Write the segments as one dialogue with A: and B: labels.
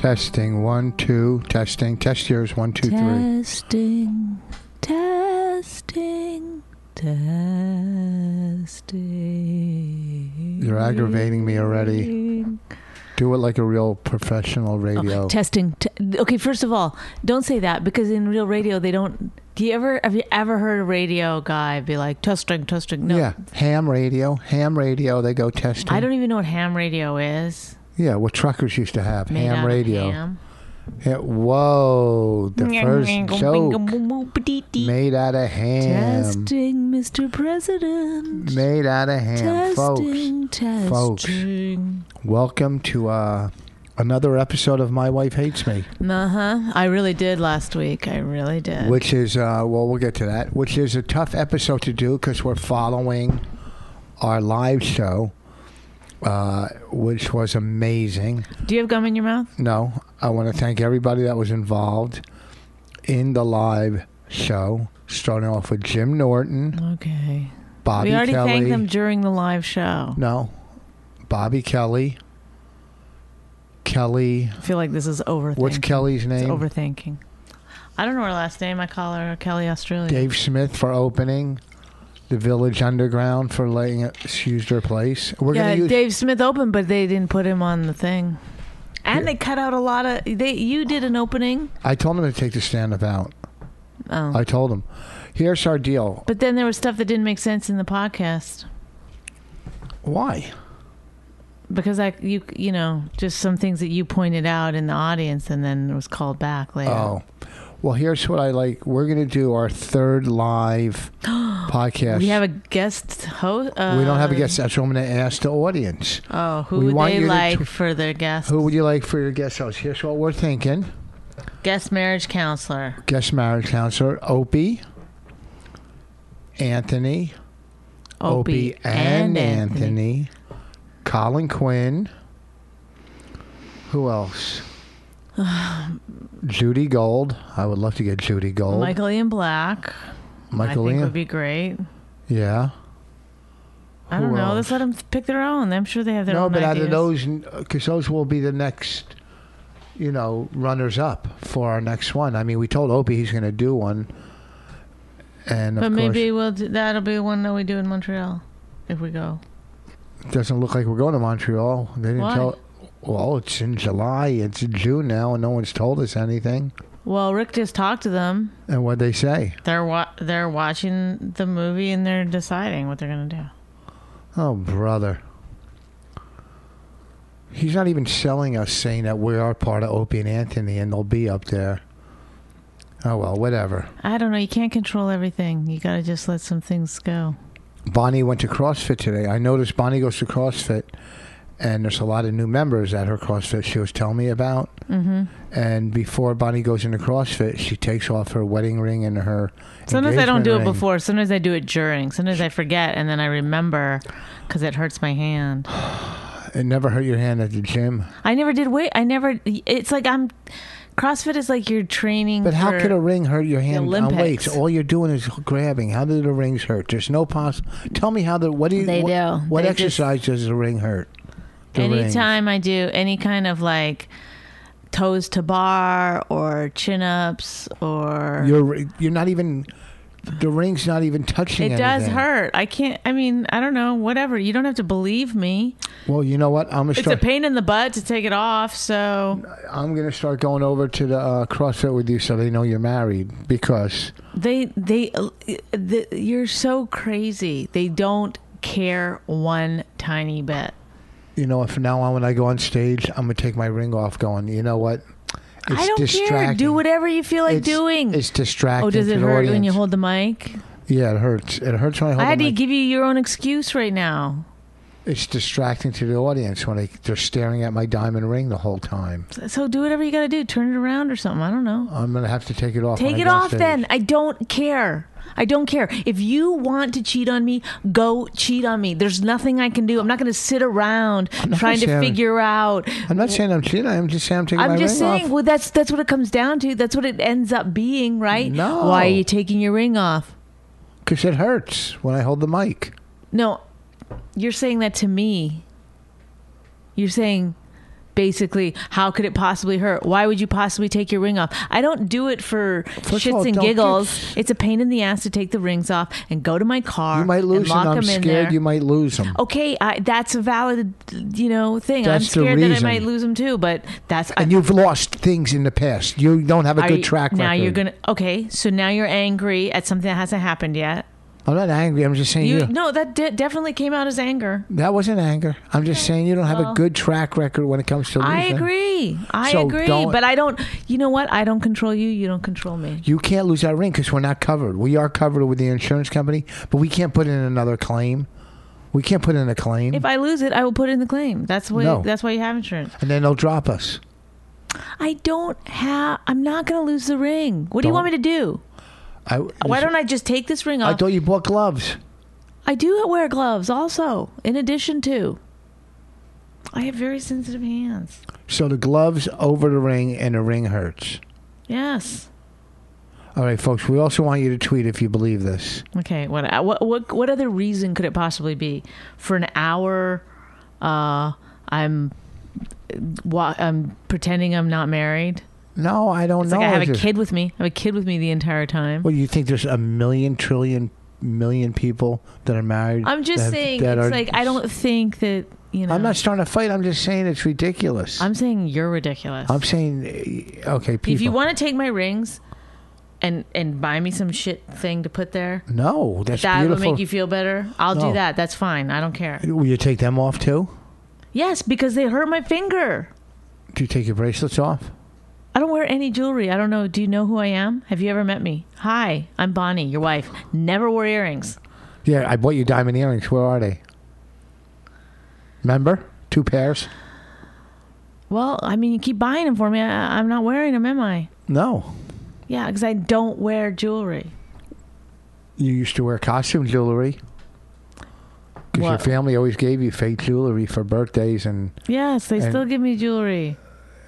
A: Testing one, two, testing, test years one, two, three.
B: Testing, testing, testing.
A: You're aggravating me already. Do it like a real professional radio.
B: Testing. Te- okay, first of all, don't say that because in real radio they don't. Do you ever have you ever heard a radio guy be like testing, testing? No,
A: Yeah, ham radio, ham radio. They go testing.
B: I don't even know what ham radio is.
A: yeah, what truckers used to have,
B: Made out
A: ham
B: of
A: radio.
B: ham.
A: Yeah, whoa, the first joke made out of ham,
B: Testing, Mr. President.
A: made out of ham, folks.
B: Testing,
A: Folks.
B: testing.
A: Welcome to uh, another episode of My Wife Hates Me.
B: Uh huh. I really did last week. I really did.
A: which is uh, well we'll get to that which is a tough episode to do because we're following our live show uh, which was amazing
B: Do you have gum in your mouth?
A: no i want to thank everybody that was involved in the live show starting off with jim norton
B: Okay.
A: bobby
B: we already
A: kelly
B: thanked them during the live show.
A: no bobby kelly kelly
B: I feel like this is overthinking.
A: what's kelly's
B: It's
A: name
B: overthinking. I don't know her last name. I call her Kelly Australia.
A: Dave Smith for opening, the Village Underground for letting us use their place. We're
B: yeah,
A: gonna use
B: Dave Smith opened, but they didn't put him on the thing. And they cut out a lot of. They you did an opening.
A: I told him to take the stand up out.
B: Oh.
A: I told him, here's our deal.
B: But then there was stuff that didn't make sense in the podcast
A: Why?
B: because I you you know just some things that you pointed out in the audience and then it was called back later.
A: Oh, well, here's what I like. We're gonna do our third live podcast.
B: We have a guest host. Uh,
A: We don't have a guest. That's what I'm gonna ask the audience.
B: Oh, who
A: We
B: would
A: want
B: they
A: you to
B: like
A: tw-
B: for their guest?
A: Who would you like for your guest host? Here's what we're thinking:
B: Guest marriage counselor.
A: guest marriage counselor Opie, Anthony, Opie and, Anthony. Colin Quinn. Who else? Judy Gold. I would love to get Judy Gold.
B: Michael Ian Black.
A: Michael
B: I think
A: Ian.
B: would be great.
A: yeah.
B: I
A: Who
B: don't know.
A: else?
B: Let's let them pick their own. I'm sure they have their
A: No,
B: own
A: but out
B: ideas.
A: of those, because those will be the next, you know, runners up for our next one. I mean, we told Opie he's going to do one. And of
B: but
A: course,
B: maybe we'll do, that'll be one that we do in Montreal if we go.
A: it doesn't look like we're going to Montreal. They didn't
B: Why?
A: tell. Well, it's in July. It's June now, and no one's told us anything.
B: Well, Rick just talked to them.
A: And what they say?
B: They're wa- they're watching the movie and they're deciding what they're gonna do.
A: Oh, brother. He's not even selling us saying that we are part of Opie and Anthony and they'll be up there. Oh, well, whatever.
B: I don't know. You can't control everything. You gotta just let some things go.
A: Bonnie went to CrossFit today. I noticed Bonnie goes to CrossFit and there's a lot of new members at her CrossFit she was telling me about. Mm-hmm. And before Bonnie goes into CrossFit, she takes off her wedding ring and her.
B: Sometimes I don't
A: engagement
B: do it
A: ring.
B: before. Sometimes I do it during. Sometimes I forget and then I remember because it hurts my hand.
A: It never hurt your hand at the gym.
B: I never did weight. I never. It's like I'm. CrossFit is like you're training.
A: But how
B: for-
A: could a ring hurt your hand on
B: Olympics.
A: weights? All you're doing is grabbing. How do the rings hurt? There's no poss. Tell me how the what do you
B: They
A: what,
B: do.
A: what
B: They just-
A: exercise does the ring hurt? The rings.
B: anytime I do any kind of like toes to bar or chin ups or
A: you're you're not even the ring's not even touching.
B: it does
A: anything.
B: hurt. I can't. I mean, I don't know. Whatever. You don't have to believe me.
A: Well, you know what? I'm gonna
B: It's
A: start.
B: a pain in the butt to take it off. So
A: I'm gonna start going over to the uh, CrossFit with you so they know you're married because
B: they they uh, the, you're so crazy. They don't care one tiny bit.
A: you know, from now on when I go on stage, I'm gonna take my ring off. Going, you know what? It's
B: I don't care. Do whatever you feel like
A: it's,
B: doing.
A: It's distracting.
B: oh, does
A: to
B: it
A: the
B: hurt when you
A: audience.
B: hold the mic?
A: Yeah, it hurts. It hurts when I hold.
B: I had
A: the
B: to
A: mic.
B: give you your own excuse right now.
A: it's distracting to the audience when they, they're staring at my diamond ring the whole time.
B: So do whatever you got to do. Turn it around or something. I don't know.
A: I'm gonna have to take it off. when
B: Take
A: Oh, I
B: it
A: go on
B: off
A: stage.
B: then. I don't care. I don't care. If you want to cheat on me, go cheat on me. There's nothing I can do. I'm not going to sit around
A: not
B: trying to
A: saying-
B: figure out.
A: I'm not saying I'm cheating. I'm just saying I'm taking my
B: I'm just
A: ring
B: saying.
A: off.
B: Well, that's that's what it comes down to. That's what it ends up being, right?
A: No.
B: Why are you taking your ring off?
A: Because it hurts when I hold the mic.
B: No, you're saying that to me. You're saying basically, how could it possibly hurt? Why would you possibly take your ring off? I don't do it for
A: First of
B: shits
A: all,
B: and
A: don't
B: giggles.
A: give-
B: It's a pain in the ass to take the rings off and go to my car
A: You might
B: and
A: lose them.
B: lock
A: I'm
B: them in
A: scared
B: there. Oh,
A: you might lose them.
B: Okay, I, that's a valid, you know, thing. I'm
A: That's the
B: scared that I
A: reason.
B: might lose them too, but that's
A: And you've lost things in the past. You don't have a
B: are
A: good
B: you-
A: track
B: now.
A: record.
B: You're gonna okay. So now you're angry at something that hasn't happened yet.
A: I'm not angry. I'm just saying
B: You
A: you.
B: no, that de- definitely came out as anger.
A: That wasn't anger. I'm just saying you don't have
B: Well.
A: a good track record when it comes to losing.
B: I agree. I
A: So
B: agree.
A: don't-
B: But I don't. You know what? I don't control you. You don't control me.
A: You can't lose that ring because we're not covered. We are covered with the insurance company, but we can't put in another claim. We can't put in a claim,
B: If I lose it, I will put in the claim. That's why.
A: No.
B: That's why you have insurance.
A: and then they'll drop us.
B: I don't have. I'm not going to lose the ring. What do you
A: Don't-
B: want me to do?
A: I,
B: Why don't I just take this ring
A: I
B: off? I,
A: thought you bought gloves.
B: do wear gloves, also. In addition to, I have very sensitive hands.
A: So the gloves over the ring, and the ring hurts.
B: Yes.
A: All right, folks. We also want you to tweet if you believe this.
B: Okay. What? uh, What? What? What other reason could it possibly be? For an hour, uh, I'm. Wa- I'm pretending I'm not married.
A: Oh, No, I don't
B: It's
A: know.
B: like I have a
A: just-
B: kid with me. I have a kid with me the entire time.
A: Well, you think there's a million trillion million people that are married?
B: I'm just
A: that-
B: saying,
A: that
B: it's
A: are-
B: like I don't think that you know.
A: I'm not starting a fight. I'm just saying it's ridiculous.
B: I'm saying you're ridiculous.
A: I'm saying, uh, okay, people.
B: if you want to take my rings, and and buy me some shit thing to put there,
A: no, that's
B: that would
A: beautiful.
B: make you feel better. I'll do
A: No.
B: that. That's fine. I don't care.
A: Will you take them off too?
B: Yes, because they hurt my finger.
A: Do you take your bracelets off?
B: I don't wear any jewelry. I don't know. Do you know who I am? Have you ever met me? Hi, I'm Bonnie, your wife. Never wore earrings.
A: Yeah, I bought you diamond earrings. Where are they? Remember, two pairs.
B: Well, I mean, you keep buying them for me. I, I'm not wearing them, am I?
A: No,
B: Yeah, because I don't wear jewelry.
A: you used to wear costume jewelry because your
B: What?
A: family always gave you fake jewelry for birthdays, and
B: Yes, they
A: And-
B: still give me jewelry.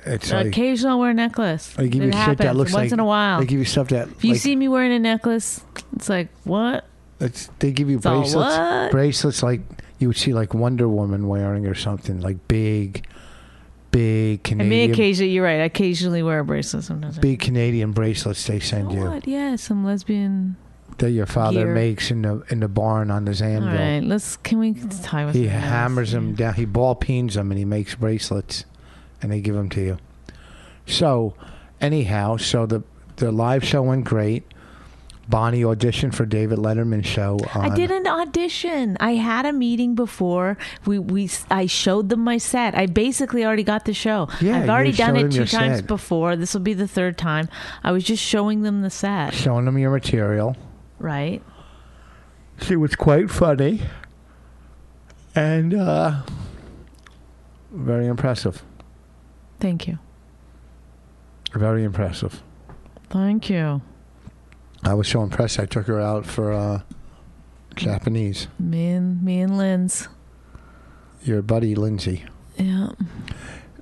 A: it's like
B: Occasionally, I'll wear a necklace.
A: they give
B: it
A: Oh, you
B: happens
A: shit that looks
B: once
A: like
B: in a while.
A: They give you stuff that
B: if you
A: like,
B: see me wearing a necklace, it's like what?
A: It's, they give you
B: It's all
A: bracelets,
B: what?
A: bracelets like you would see like Wonder Woman wearing or something like big, big
B: I mean,
A: Canadian,
B: occasionally, you're right. I occasionally wear a bracelet sometimes.
A: big Canadian bracelets they send
B: Oh,
A: you
B: what? Yeah, some lesbian.
A: that your father
B: Gear.
A: makes in the in the barn on his
B: All
A: anvil.
B: right, let's. Can we tie with
A: uh, He hammers them down. He ball peens them and he makes bracelets, and they give them to you. So, anyhow, so the the live show went great. Bonnie auditioned for David Letterman show. On,
B: I did an audition. I had a meeting before. We we I showed them my set. I basically already got the show.
A: Yeah,
B: I've already
A: you
B: done
A: showed
B: it
A: them
B: two
A: your
B: times
A: set.
B: before. This will be the third time. I was just showing them the set,
A: showing them your material.
B: right?
A: She was quite funny and uh, very impressive.
B: Thank you.
A: Very impressive.
B: Thank you.
A: I was so impressed. I took her out for uh, Japanese.
B: Me and me and Lynn's.
A: Your buddy Lindsay.
B: Yeah.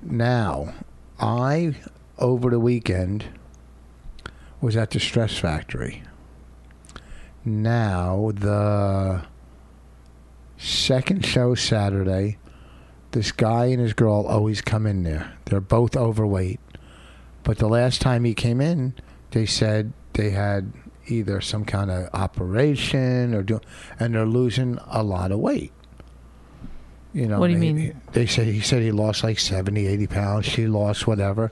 A: Now, I over the weekend was at the Stress Factory. Now the second show Saturday, this guy and his girl always come in there. They're both overweight. But the last time he came in, they said they had either some kind of operation or do and they're losing a lot of weight. You know,
B: What do you
A: they-
B: mean?
A: They said he said he lost like 70, 80 pounds. She lost whatever.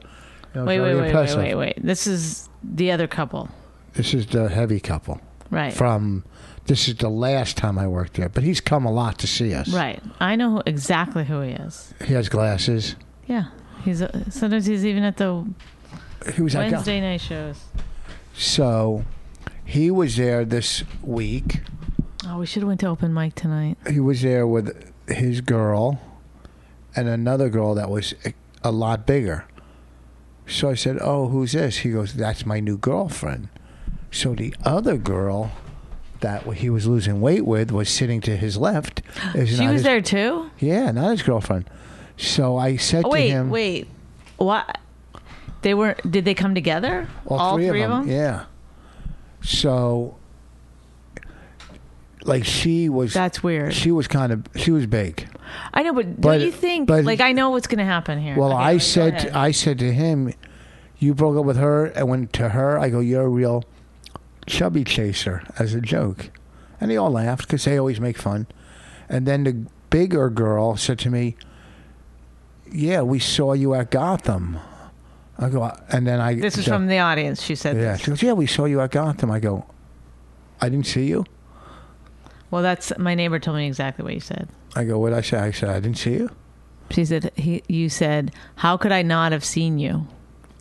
A: You know,
B: Wait,
A: very
B: wait, wait, wait,
A: impressive.
B: wait, wait. This is the other couple,
A: This is the heavy couple
B: right?
A: from This is the last time I worked there, but he's come a lot to see us.
B: Right. I know who, exactly who he is.
A: He has glasses.
B: Yeah. He's uh, sometimes he's even at the
A: He was at the-
B: Wednesday night shows.
A: So he was there this week.
B: Oh, we should have went to open mic tonight.
A: He was there with his girl and another girl that was a- a lot bigger. So I said, "Oh, who's this?" He goes, "That's my new girlfriend." So the other girl that he was losing weight with was sitting to his left. Is
B: she
A: not
B: was
A: his-
B: there too.
A: Yeah, not his girlfriend. So I said
B: Oh,
A: to
B: wait,
A: him,
B: wait. What? They were? Did they come together?
A: all, three, of, them, Yeah. So, like, she was
B: That's weird.
A: she was kind of she was big.
B: I know, but,
A: But-
B: do you think?
A: but-
B: like, I know what's going to happen here.
A: Well,
B: Okay,
A: I
B: go
A: said
B: ahead.
A: I said to him, "You broke up with her," and went to her. I go, "You're a real chubby chaser," as a joke, and they all laughed because they always make fun. And then the bigger girl said to me, "Yeah, we saw you at Gotham." I go, and then I
B: this is
A: so-
B: from the audience. She said,
A: yeah.
B: this.
A: She goes, "Yeah, we saw you at Gotham." I go, "I didn't see you."
B: "Well, that's my neighbor told me exactly what you said."
A: I go, "What I say?" I said, "I didn't see you."
B: She said, he, "You said, how could I not have seen you?"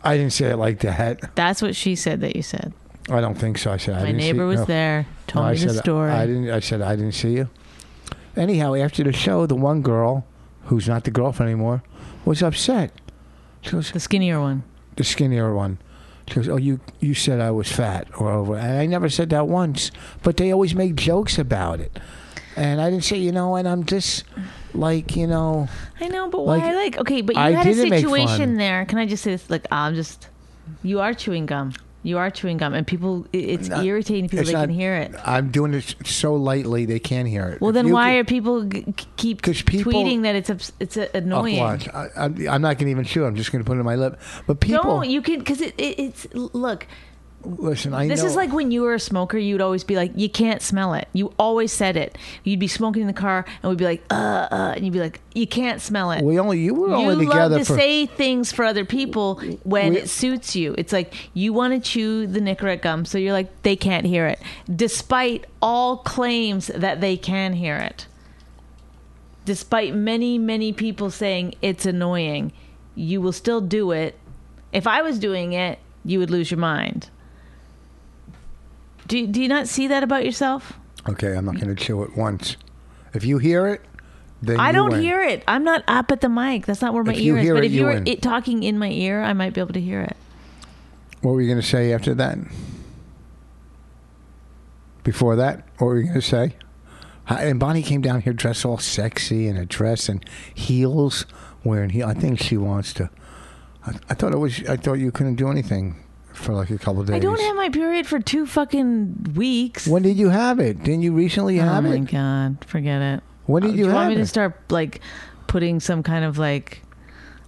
A: I didn't say it like that.
B: That's what she said that you said.
A: I don't think so. I said, I
B: my
A: didn't see
B: neighbor was
A: no.
B: there, told
A: No,
B: me
A: I
B: the
A: said,
B: story.
A: I didn't. I said I didn't see you. Anyhow, after the show, the one girl who's not the girlfriend anymore was upset. She goes,
B: the skinnier one.
A: the skinnier one. She goes, "Oh, you you said I was fat or over," and I never said that once. But they always make jokes about it, and I didn't say, you know, and I'm just like, you know,
B: I know, but
A: Like,
B: why? Like, okay, but you
A: I
B: had a
A: didn't make fun.
B: situation there. Can I just say this? Like, I'm just, you are chewing gum. You are chewing gum, and people, it- it's
A: Not-
B: irritating people.
A: it's
B: they
A: not-
B: can hear it.
A: I'm doing it so lightly they can't hear it.
B: Well,
A: If
B: then
A: you
B: why
A: could-
B: are people g- g- keep
A: 'Cause people-
B: tweeting that it's obs- it's uh,
A: Oh,
B: annoying?
A: watch. I, I'm, I'm not going to even chew. I'm just going to put it in my lip. But people,
B: Don't you can because it, it, it's look.
A: listen. I
B: This
A: know.
B: is like when you were a smoker, you'd always be like, "You can't smell it." You always said it. You'd be smoking in the car, and we'd be like, "Uh, uh," and you'd be like, "You can't smell it."
A: we only you were
B: you
A: only
B: love
A: together
B: to
A: for
B: say things for other people when
A: We-
B: it suits you. It's like you want to chew the Nicorette gum, so you're like, they can't hear it, despite all claims that they can hear it. Despite many, many people saying it's annoying, you will still do it. If I was doing it, you would lose your mind. Do, do you not see that about yourself?
A: Okay, I'm not going to chew it once. If you hear it, then
B: I
A: you
B: don't
A: win.
B: hear it. I'm not up at the mic. That's not where my
A: If you
B: ear is.
A: hear
B: but
A: it,
B: if
A: you
B: you were
A: win.
B: it talking in my ear, I might be able to hear it.
A: What were you going to say after that? Before that, what were you going to say? I- And Bonnie came down here dressed all sexy in a dress and heels, wearing heel. I think she wants to. I, I thought it was. I thought you couldn't do anything for like a couple days.
B: I don't have my period for two fucking weeks.
A: When did you have it? Didn't you recently
B: oh
A: have
B: my
A: it?
B: god, forget it.
A: When did
B: Do
A: you,
B: you
A: have
B: want me
A: it?
B: to start like putting some kind of like?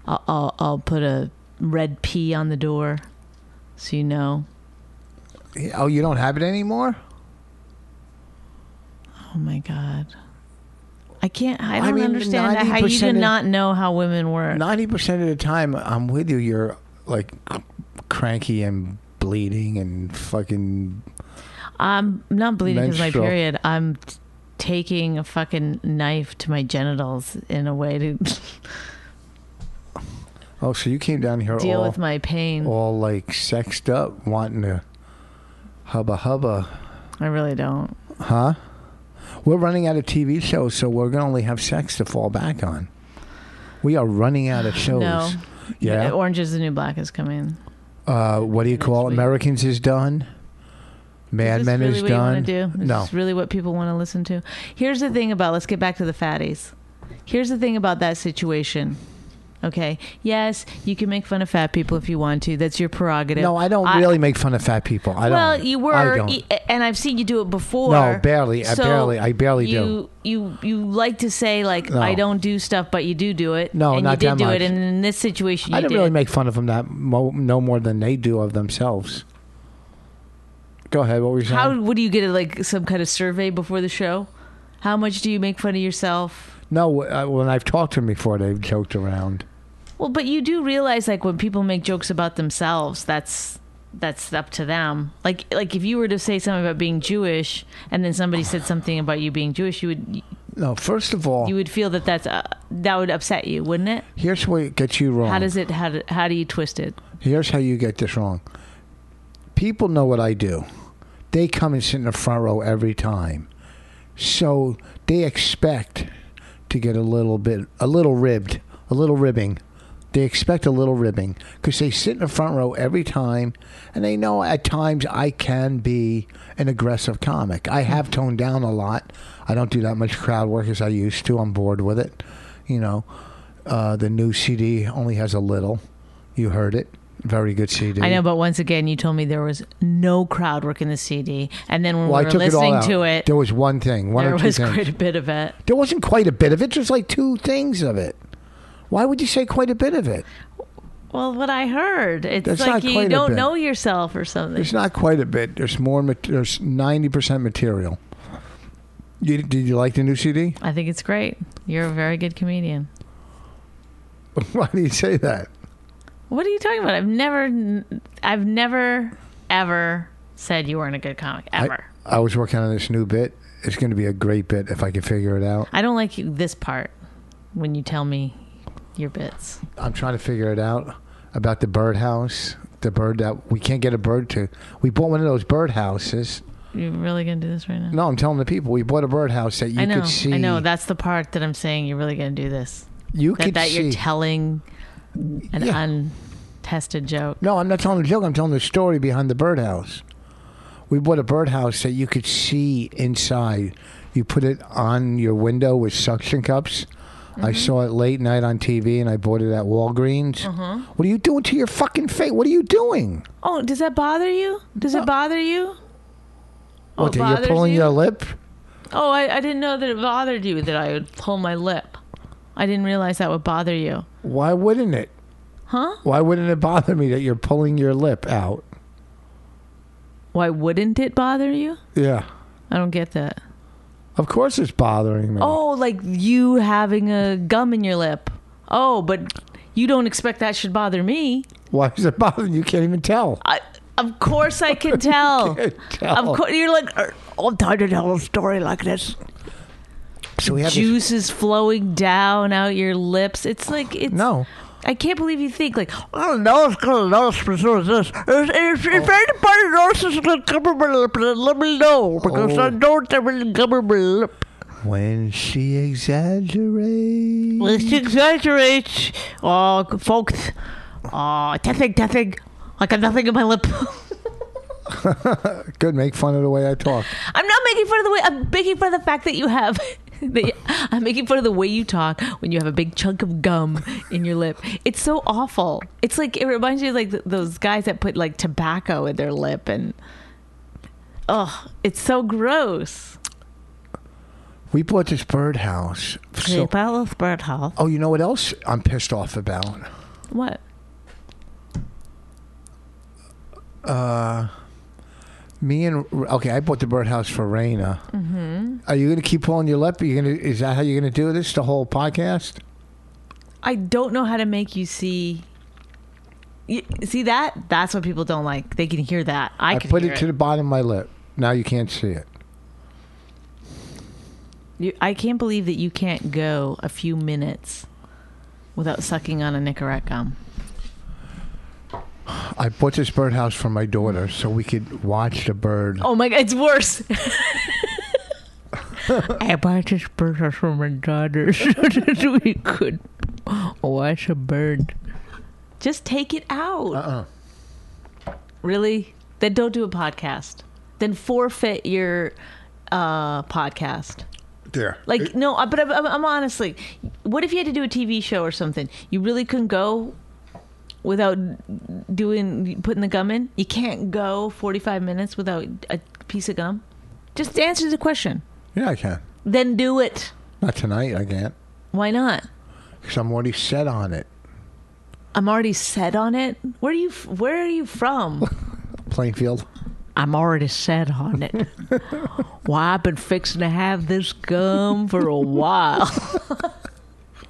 B: I'll, I'll I'll put a red P on the door, so you know.
A: oh, you don't have it anymore.
B: Oh my god, I can't. I
A: I
B: don't
A: mean,
B: understand that, how you
A: 90%
B: do
A: of-
B: not know how women work.
A: Ninety percent of the time, I'm with you. You're like cr- cranky and bleeding and fucking.
B: I'm not bleeding because my
A: Menstrual.
B: period. I'm t- taking a fucking knife to my genitals in a way to
A: Oh, so you came down here
B: deal
A: all,
B: with my pain.
A: all like sexed up, wanting to hubba hubba,
B: I really don't.
A: huh? We're running out of TV shows, so we're gonna only have sex to fall back on. We are running out of shows.
B: No.
A: Yeah.
B: Orange is the New Black is coming.
A: Uh, what do you
B: Next
A: call it?
B: week.
A: Americans is done. Mad
B: Is this
A: Men
B: really
A: is
B: what you
A: done.
B: wanna do? Is
A: No,
B: this really what people want to listen to? Here's the thing about let's get back to the fatties. Here's the thing about that situation. Okay. Yes, you can make fun of fat people if you want to. That's your prerogative.
A: no, I don't really make fun of fat people. I
B: well,
A: don't.
B: you
A: I
B: were,
A: don't.
B: e- and I've seen you do it before.
A: No, barely. I barely- I barely
B: you,
A: do.
B: You you like to say like
A: No.
B: I don't do stuff, but you do do it.
A: No,
B: and
A: not
B: you did
A: that
B: do
A: much.
B: it, and in this situation, you
A: I didn't
B: did.
A: really make fun of them that mo- no more than they do of themselves. Go ahead. What were you saying?
B: How what do you get it like some kind of survey before the show? How much do you make fun of yourself?
A: no, uh, when I've talked to them before, they've joked around.
B: Well, but you do realize like when people make jokes about themselves, that's that's up to them. Like like if you were to say something about being Jewish, and then somebody said something about you being Jewish, you would
A: No, first of all,
B: you would feel that that's uh, that would upset you, wouldn't it?
A: here's where it gets you wrong.
B: How does it? How do, how do you twist it?
A: Here's how you get this wrong. People know what I do. They come and sit in the front row every time. So they expect to get a little bit, a little ribbed, a little ribbing. They expect a little ribbing because they sit in the front row every time and they know at times I can be an aggressive comic. I have
B: Mm-hmm.
A: toned down a lot. I don't do that much crowd work as I used to. I'm bored with it. You know, uh, the new CD only has a little. You heard it. Very good CD.
B: I know, but once again, you told me there was no crowd work in the CD, and then when
A: Well, I
B: we were
A: took it all
B: listening
A: out.
B: to it,
A: There was one thing. One
B: there
A: or two
B: was
A: things.
B: quite a bit of it.
A: There wasn't quite a bit of it. There's like two things of it. Why would you say quite a bit of it?
B: Well, what I heard, it's
A: That's not
B: like
A: quite
B: you
A: a
B: don't
A: bit.
B: know yourself or something.
A: There's not quite a bit. There's more. mat- There's ninety percent material. You, did you like the new CD?
B: I think it's great. You're a very good comedian.
A: Why do you say that?
B: What are you talking about? I've never, I've never, ever said you weren't a good comic ever.
A: I was working on this new bit. It's going to be a great bit if I can figure it out.
B: I, don't like this part when you tell me your bits.
A: I'm trying to figure it out about the birdhouse. The bird that we can't get a bird to. We bought one of those birdhouses.
B: You're really gonna do this right now?
A: No, I'm telling the people we bought a birdhouse that you
B: I know.
A: could see.
B: I know. That's the part that I'm saying you're really gonna do this.
A: you
B: That,
A: could
B: that
A: see.
B: you're telling an
A: Yeah.
B: untested joke.
A: No, I'm not telling a joke. I'm telling the story behind the birdhouse. We bought a birdhouse that you could see inside. You put it on your window with suction cups.
B: Mm-hmm.
A: I saw it late night on TV, and I bought it at Walgreens.
B: Uh-huh.
A: What are you doing to your fucking face? What are you doing?
B: Oh, does that bother you? Does it bother you? Oh,
A: What,
B: it
A: that you're
B: bothers
A: pulling
B: you?
A: your lip?
B: Oh, I, I didn't know that it bothered you that I would pull my lip. I didn't realize that would bother you.
A: Why wouldn't it?
B: Huh?
A: Why wouldn't it bother me that you're pulling your lip out?
B: Why wouldn't it bother you?
A: Yeah,
B: I don't get that.
A: of course it's bothering me.
B: Oh, like you having a gum in your lip. Oh, but you don't expect that should bother me.
A: Why is it bothering you? You Can't even tell.
B: I, of course I can tell.
A: can't tell.
B: Oh. Of course you're like "Er, I'm tired to tell a story like this.
A: So we have this-
B: Juice is flowing down out your lips. It's like it's
A: no.
B: I can't believe you think like
C: Well, no, it's gonna notice me soon as this. If, if, if
A: Oh.
C: anybody notices the government lip, then let me know because
A: Oh.
C: I don't have any government lip.
A: When she exaggerates.
C: Well, she exaggerates.
B: Oh, folks. Oh, nothing, nothing. I got nothing in my lip.
A: Good, make fun of the way I talk.
B: I'm not making fun of the way. I'm making fun of the fact that you have. That you, I'm making fun of the way you talk when you have a big chunk of gum in your lip. It's so awful. It's like it reminds you of like th- those guys that put like tobacco in their lip and. Oh, it's so gross.
A: We bought this birdhouse. So,
B: Palace birdhouse.
A: oh, you know what else I'm pissed off about?
B: What?
A: Uh, Me and okay, I bought the birdhouse for Raina. Mm-hmm. Are you going to keep pulling your lip? Are you going to? Is that how you're going to do this? The whole podcast?
B: I don't know how to make you see. You, see that? That's what people don't like. They can hear that. I, can
A: put
B: hear
A: it to the bottom of my lip. Now you can't see it.
B: You, I can't believe that you can't go a few minutes without sucking on a Nicorette gum.
A: I bought this birdhouse for my daughter so we could watch the bird.
B: Oh my god, it's worse.
C: I bought this birdhouse for my daughter so that we could watch a bird.
B: Just take it out.
A: Uh-uh.
B: Really? Then don't do a podcast. Then forfeit your uh, podcast.
A: There.
B: Like no, I- but I'm, I'm, I'm honestly, what if you had to do a TV show or something? You really couldn't go without doing putting the gum in. You can't go 45 minutes without a piece of gum. Just answer the question,
A: yeah, I can.
B: then do it.
A: Not tonight. I can't
B: Why not?
A: because I'm already set on it.
B: I'm already set on it. Where are you? f- Where are you from?
A: Plainfield.
B: I'm already set on it. Why I've been fixing to have this gum for a while. Come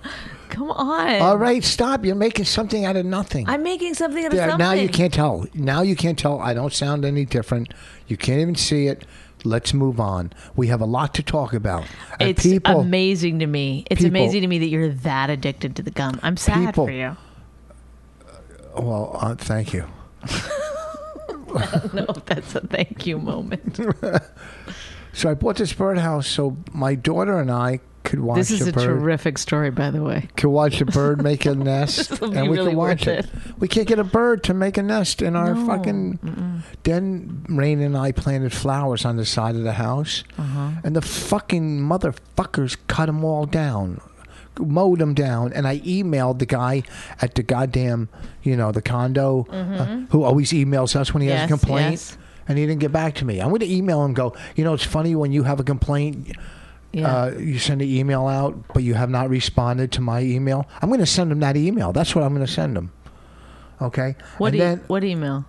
B: Come on.
A: All right, stop. You're making something out of nothing.
B: I'm making something out of
A: Yeah,
B: something.
A: now you can't tell. Now you can't tell. I don't sound any different. You can't even see it. Let's move on. We have a lot to talk about. And
B: It's
A: people,
B: amazing to me. It's
A: people-
B: amazing to me that you're that addicted to the gum. I'm sad
A: People-
B: for you.
A: Well, uh, thank you.
B: No, that's a thank you moment.
A: So I bought this birdhouse so my daughter and I could watch
B: This is
A: a
B: a
A: bird.
B: terrific story, by the way.
A: could watch a bird make a nest,
B: will be
A: and we
B: really
A: could watch
B: worth
A: it. We can't get a bird to make a nest in our
B: No.
A: fucking. Then Rain and I planted flowers on the side of the house,
B: Uh-huh.
A: and the fucking motherfuckers cut them all down, mowed them down. And I emailed the guy at the goddamn, you know, the condo, uh, who always emails us when he has
B: Mm-hmm. Yes,
A: a complaint.
B: yes.
A: And he didn't get back to me. I'm going to email him. and Go. You know, it's funny when you have a complaint
B: Yeah.
A: uh, you send an email out, but you have not responded to my email. I'm going to send them that email. That's what I'm going to send them. Okay.
B: what,
A: and
B: e-
A: then
B: what email?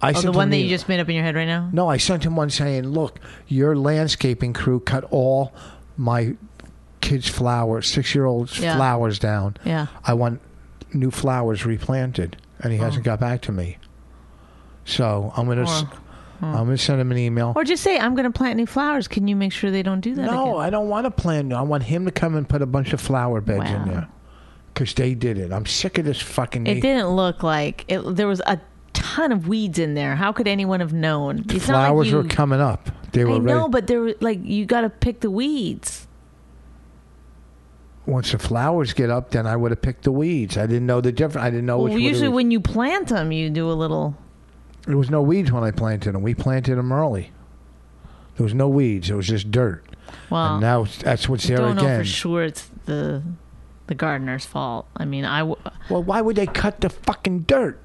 A: I
B: Oh,
A: sent
B: the
A: him
B: one that
A: an
B: you
A: email.
B: just made up in your head right now?
A: No, I sent him one saying, "Look, your landscaping crew cut all my kids' flowers, six-year-olds'
B: Yeah.
A: flowers down.
B: Yeah.
A: I want new flowers replanted." And he
B: Oh.
A: hasn't got back to me. So I'm going to,
B: Or-
A: I'm going to send him an email.
B: Or just say, I'm going to plant new flowers. Can you make sure they don't do that
A: No,
B: again?
A: I don't want to plant. new. I want him to come and put a bunch of flower beds
B: Wow.
A: in there. Because they did it. I'm sick of this fucking.
B: it didn't look like it. There was a ton of weeds in there. How could anyone have known? It's not like
A: Flowers
B: you-
A: were coming up. They were
B: I know,
A: ready.
B: but there were like you got to pick the weeds.
A: Once the flowers get up, then I would have picked the weeds. I didn't know the difference. I didn't know
B: Well,
A: which.
B: usually
A: we,
B: when you plant them, you do a little.
A: there was no weeds when I planted them. We planted them early. There was no weeds. It was just dirt.
B: Well,
A: and now it's- that's what's there
B: don't know
A: again.
B: for sure it's the the gardener's fault. I mean, I w-
A: Well, why would they cut the fucking dirt?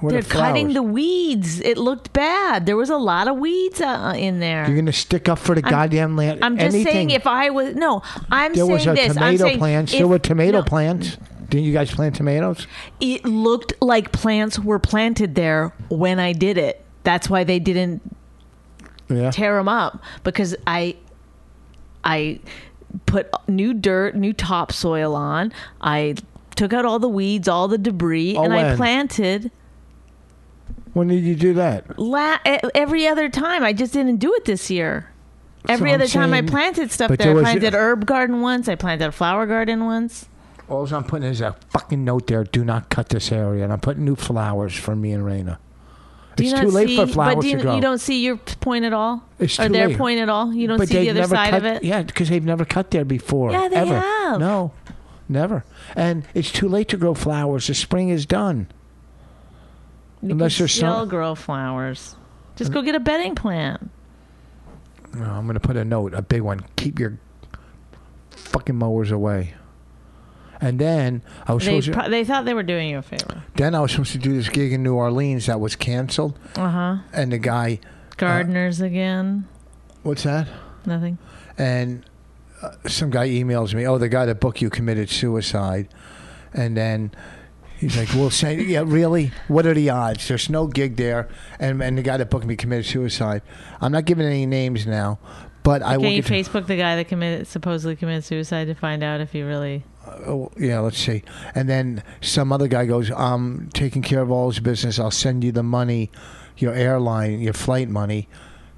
A: Where
B: they're
A: the
B: cutting
A: flowers-
B: the weeds. It looked bad. There was a lot of weeds uh, in there.
A: You're gonna stick up for the goddamn land.
B: I'm just
A: anything.
B: saying, if I was no, I'm
A: There
B: saying
A: was a
B: this. I'm
A: tomato
B: saying
A: plant.
B: if-
A: There were tomato
B: no,
A: plants. Didn't you guys plant tomatoes?
B: It looked like plants were planted there when I did it. That's why they didn't
A: Yeah.
B: tear them up because I, I put new dirt, new topsoil on. I took out all the weeds, all the debris,
A: Oh,
B: and I
A: when?
B: planted.
A: When did you do that?
B: La- e- every other time, I just didn't do it this year. Every
A: I'm
B: other time I
A: saying-
B: planted stuff
A: but
B: there.
A: there
B: I
A: was-
B: planted herb garden once. I planted a flower garden once.
A: All I'm putting is a fucking note there. Do not cut this area. And I'm putting new flowers for me and Raina.
B: Do
A: It's
B: you
A: too
B: not
A: late
B: see,
A: for flowers
B: but do you,
A: to grow.
B: you don't see your point at all,
A: It's
B: or
A: too
B: their
A: late.
B: point at all. You don't
A: but
B: see
A: they've
B: the other
A: never
B: side
A: cut,
B: of it.
A: Yeah, because they've never cut there before.
B: Yeah, they
A: ever.
B: have.
A: No, never. And it's too late to grow flowers. The spring is done.
B: You
A: Unless
B: can
A: there's some- Mm.
B: still grow flowers. Just go get a bedding plant.
A: Oh, I'm going to put a note, a big one. Keep your fucking mowers away. And then I was
B: They
A: supposed to.
B: pro- they thought they were doing you a favor.
A: Then I was supposed to do this gig in New Orleans that was canceled.
B: Uh huh.
A: And the guy,
B: Gardeners again.
A: what's that?
B: Nothing.
A: And uh, some guy emails me, oh, the guy that booked you committed suicide. And then he's like, well, say, yeah, really? What are the odds? There's no gig there. And, and the guy that booked me committed suicide. I'm not giving any names now, but I will
B: Can you
A: get.
B: Facebook the guy that committed supposedly committed suicide to find out if he really?
A: oh, yeah, let's see. And then some other guy goes, I'm taking care of all his business. I'll send you the money, your airline, your flight money.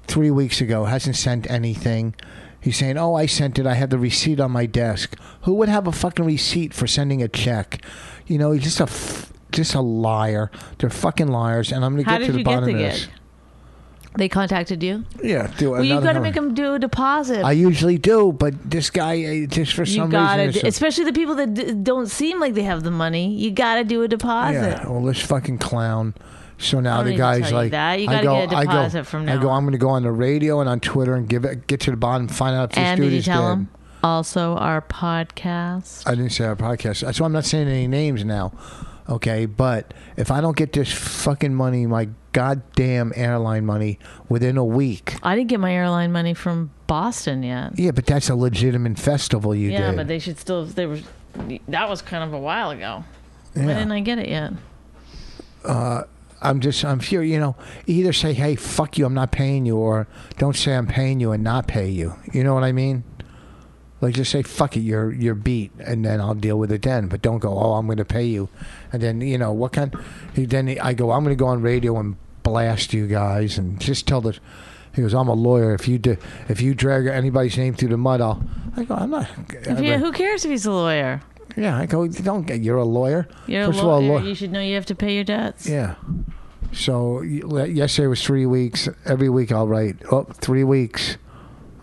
A: Three weeks ago, hasn't sent anything. He's saying, Oh, I sent it. I have the receipt on my desk. Who would have a fucking receipt for sending a check? You know, he's just a. F- just a liar. They're fucking liars, and I'm gonna
B: How
A: get
B: did
A: to the
B: you get
A: bottom
B: the
A: of
B: gig?
A: this.
B: They contacted you.
A: Yeah, uh, do
B: Well, you
A: another
B: got to
A: number.
B: make them do a deposit.
A: I usually do, but this guy, uh, just for
B: you
A: some
B: gotta,
A: reason, it's
B: d-
A: a-
B: especially the people that d- don't seem like they have the money. You gotta do a deposit.
A: Yeah. Well, this fucking clown. So
B: I
A: now
B: don't
A: the
B: need to tell
A: guy's
B: you
A: like,
B: that. You
A: I
B: gotta
A: go,
B: get a
A: I go,
B: deposit from
A: I go.
B: now.
A: I'm going to go on the radio and on Twitter and give it, get to the bottom, find out if this
B: And
A: dude
B: did you
A: is
B: tell
A: dead.
B: them? Also, our podcast.
A: I didn't say our podcast. That's why I'm not saying any names now. Okay, but if I don't get this fucking money, my goddamn airline money, within a week.
B: I didn't get my airline money from Boston yet.
A: Yeah, but that's a legitimate festival you
B: yeah,
A: did.
B: but they should still. They were. That was kind of a while ago. Why
A: Yeah.
B: didn't I get it yet?
A: I'm just, I'm sure, you know, either say, hey, fuck you, I'm not paying you, or don't say I'm paying you and not pay you. You know what I mean? Like just say fuck it, you're you're beat, and then I'll deal with it then. But don't go, oh, I'm going to pay you, and then you know what kind. He, then he, I go, I'm going to go on radio and blast you guys, and just tell the. He goes, I'm a lawyer. If you do, if you drag anybody's name through the mud, I'll. I go, I'm not. I
B: Yeah,
A: go,
B: who cares if he's a lawyer?
A: yeah, I go. Don't get. You're a lawyer.
B: You're
A: First
B: a lawyer.
A: of all, a law-
B: you should know you have to pay your debts.
A: yeah. So y- le- yesterday was three weeks. Every week I'll write, oh, three weeks.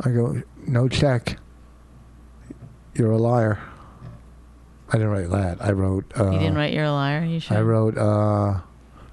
A: I go, no check. You're a liar. I didn't write that. I wrote. Uh,
B: You didn't write. You're a liar. You should.
A: I wrote uh,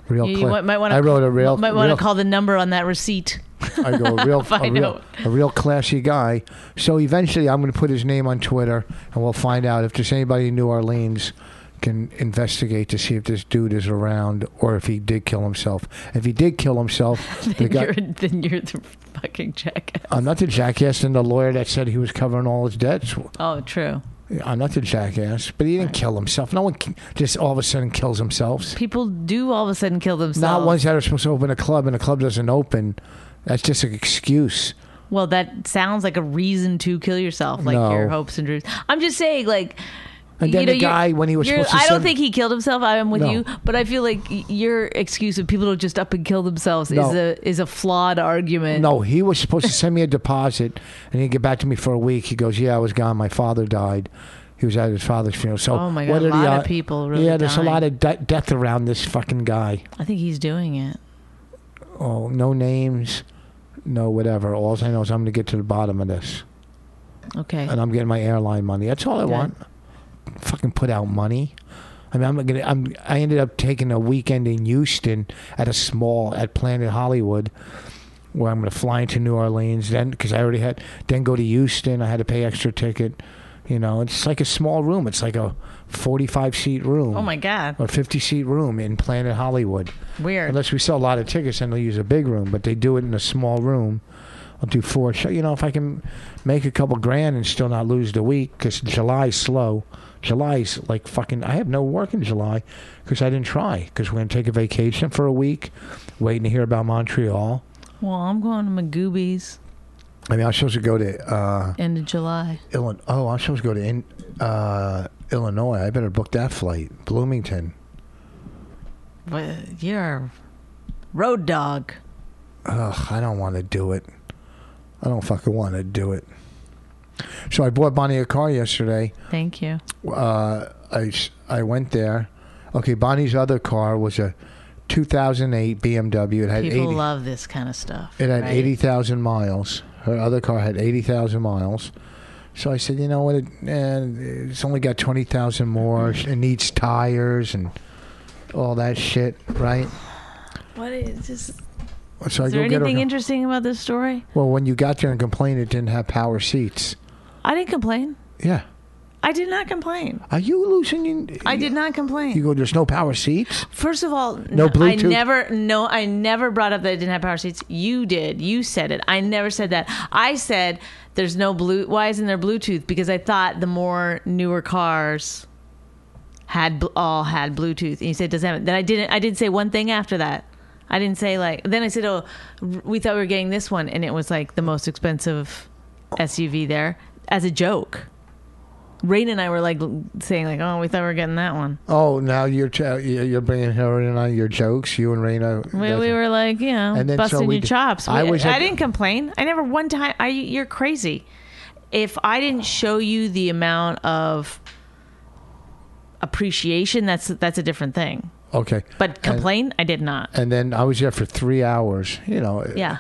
A: real.
B: You, you
A: cli-
B: wa- might want to.
A: I wrote a real.
B: Might want
A: real-
B: to call the number on that receipt.
A: I go a real, a
B: find
A: real,
B: out.
A: a real classy guy. So eventually, I'm going to put his name on Twitter, and we'll find out if there's anybody in New Orleans can investigate to see if this dude is around or if he did kill himself. If he did kill himself, the
B: Then you're,
A: guy,
B: then you're the fucking jackass.
A: I'm not the jackass and the lawyer that said he was covering all his debts.
B: Oh, true.
A: I'm not the jackass, but he didn't kill himself. No one ki- just all of a sudden kills themselves.
B: People do all of a sudden kill themselves.
A: Not ones that are supposed to open a club and the club doesn't open. That's just an excuse.
B: Well, that sounds like a reason to kill yourself, like
A: No.
B: your hopes and dreams. I'm just saying, like.
A: And then
B: you know,
A: the
B: you're-
A: guy, when he was
B: you're-
A: supposed to
B: I don't
A: send-
B: think he killed himself. I'm with
A: No.
B: you, but I feel like y- your excuse of people to just up and kill themselves
A: No.
B: is a is a flawed argument.
A: No, he was supposed to send me a deposit, and he'd get back to me for a week. He goes, "Yeah, I was gone. My father died. He was at his father's funeral." So,
B: Oh my God,
A: what
B: a
A: did
B: lot
A: he,
B: of
A: uh,
B: people really
A: Yeah, there's
B: dying.
A: a lot of de- death around this fucking guy.
B: I think he's doing it.
A: Oh, no names, no whatever. All I know is I'm going to get to the bottom of this,
B: Okay.
A: and I'm getting my airline money. That's all I
B: Good.
A: want. Fucking put out money. I mean, I'm gonna. I'm. I ended up taking a weekend in Houston at a small at Planet Hollywood, where I'm gonna fly into New Orleans then because I already had then go to Houston. I had to pay extra ticket. You know, it's like a small room. It's like a 45 seat room.
B: Oh my god.
A: Or 50 seat room in Planet Hollywood.
B: Weird.
A: Unless we sell a lot of tickets, then they'll use a big room. But they do it in a small room. I'll do four. show. You know, if I can make a couple grand and still not lose the week, because July's slow. July's like fucking. I have no work in July because I didn't try. Because we're gonna take a vacation for a week, waiting to hear about Montreal.
B: Well, I'm going to Magoobies
A: I mean, I was supposed to go to uh,
B: end of July.
A: Illinois. Oh, I was supposed to go to in, uh, Illinois. I better book that flight. Bloomington.
B: But you're a road dog.
A: Ugh, I don't want to do it. I don't fucking want to do it. So I bought Bonnie a car yesterday.
B: Thank you.
A: Uh, I, s- I went there. Okay, Bonnie's other car was a 2008 BMW. It had
B: People
A: 80,
B: love this kind of stuff.
A: it had
B: right?
A: 80,000 miles. Her other car had 80,000 miles. So I said, you know what? It, eh, it's only got 20,000 more. It
B: Mm-hmm.
A: needs tires and all that shit, right?
B: What is this? Is
A: So I
B: there
A: go get her.
B: anything interesting about this story?
A: well, when you got there and complained, it didn't have power seats.
B: I didn't complain.
A: Yeah.
B: I did not complain.
A: Are you losing? Your,
B: I did not complain.
A: You go. There's no power seats.
B: First of all,
A: No Bluetooth?
B: I never no I never brought up that I didn't have power seats. You did. You said it. I never said that. I said there's no blue why isn't there Bluetooth? Because I thought the more newer cars had bl- all had Bluetooth. And you said it doesn't have it. Then I didn't I did say one thing after that. I didn't say like then I said, Oh r- we thought we were getting this one and it was like the most expensive SUV there as a joke. Rain and I were like l- saying like, Oh, we thought we were getting that one.
A: Oh, now you're ta- you're you're bringing her in on your jokes. You and Raina.
B: We, we were like, you know,
A: And then so
B: busting
A: we
B: your
A: d-
B: chops.
A: I
B: I,
A: was
B: I
A: at-
B: didn't complain. I never one time. I you're crazy. If I didn't show you the amount of appreciation, that's that's a different thing.
A: okay.
B: But complain, I did not.
A: And then I was there for three hours. You know.
B: Yeah.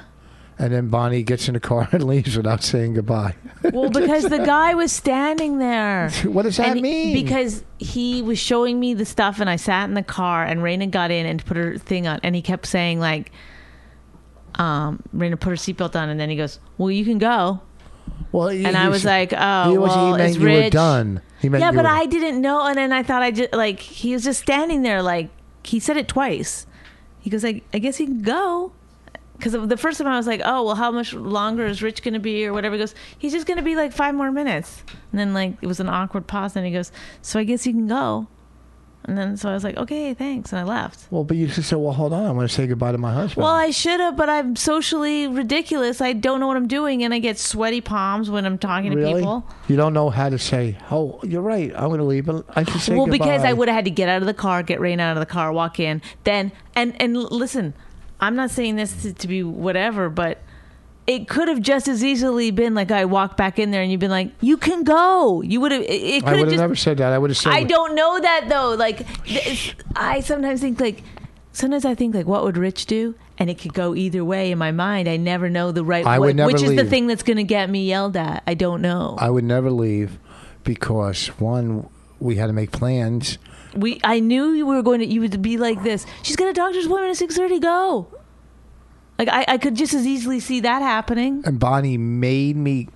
A: And then Bonnie gets in the car and leaves without saying goodbye.
B: Well, because the guy was standing there.
A: what does that
B: And
A: mean?
B: Because he was showing me the stuff, and I sat in the car, and Raina got in and put her thing on, and he kept saying like, um, "Raina, put her seatbelt on," and then he goes, "Well, you can go."
A: well, he-
B: and I
A: he
B: was
A: said-
B: like, oh,
A: he was,
B: well,
A: he meant
B: it's
A: you
B: rich.
A: were done. He meant
B: yeah,
A: you
B: but
A: were-
B: I didn't know, and then I thought I just like he was just standing there, like he said it twice. He goes, like, I guess he can go. Because the first time I was like, oh, well, how much longer is Rich going to be or whatever? He goes, he's just going to be like five more minutes. And then, like, it was an awkward pause. And he goes, so I guess he can go. And then so I was like, okay, thanks, and I left.
A: Well, but you should say, well, hold on. I want to say goodbye to my husband.
B: Well, I should have, but I'm socially ridiculous. I don't know what I'm doing, and I get sweaty palms when I'm talking to
A: really?
B: people.
A: You don't know how to say, oh, you're right. I'm going to leave, but I should say
B: well,
A: goodbye.
B: because I would have had to get out of the car, get Rain out of the car, walk in, then and and l- listen. I'm not saying this to, to be whatever, but it could have just as easily been like I walked back in there and you've been like, "You can go." You would have. It, it
A: I would
B: could have
A: have
B: just
A: never said that. I would have said,
B: I don't know that though. Like, th- I sometimes think like, sometimes I think like, what would Rich do? And it could go either way in my mind. I never know the right
A: I
B: way,
A: would never
B: which is the
A: leave.
B: thing that's going to get me yelled at. I don't know.
A: I would never leave because one, we had to make plans.
B: we, I knew you were going to. You would be like this. She's got a doctor's appointment at six thirty. Go. Like I, I could just as easily see that happening.
A: And Bonnie made me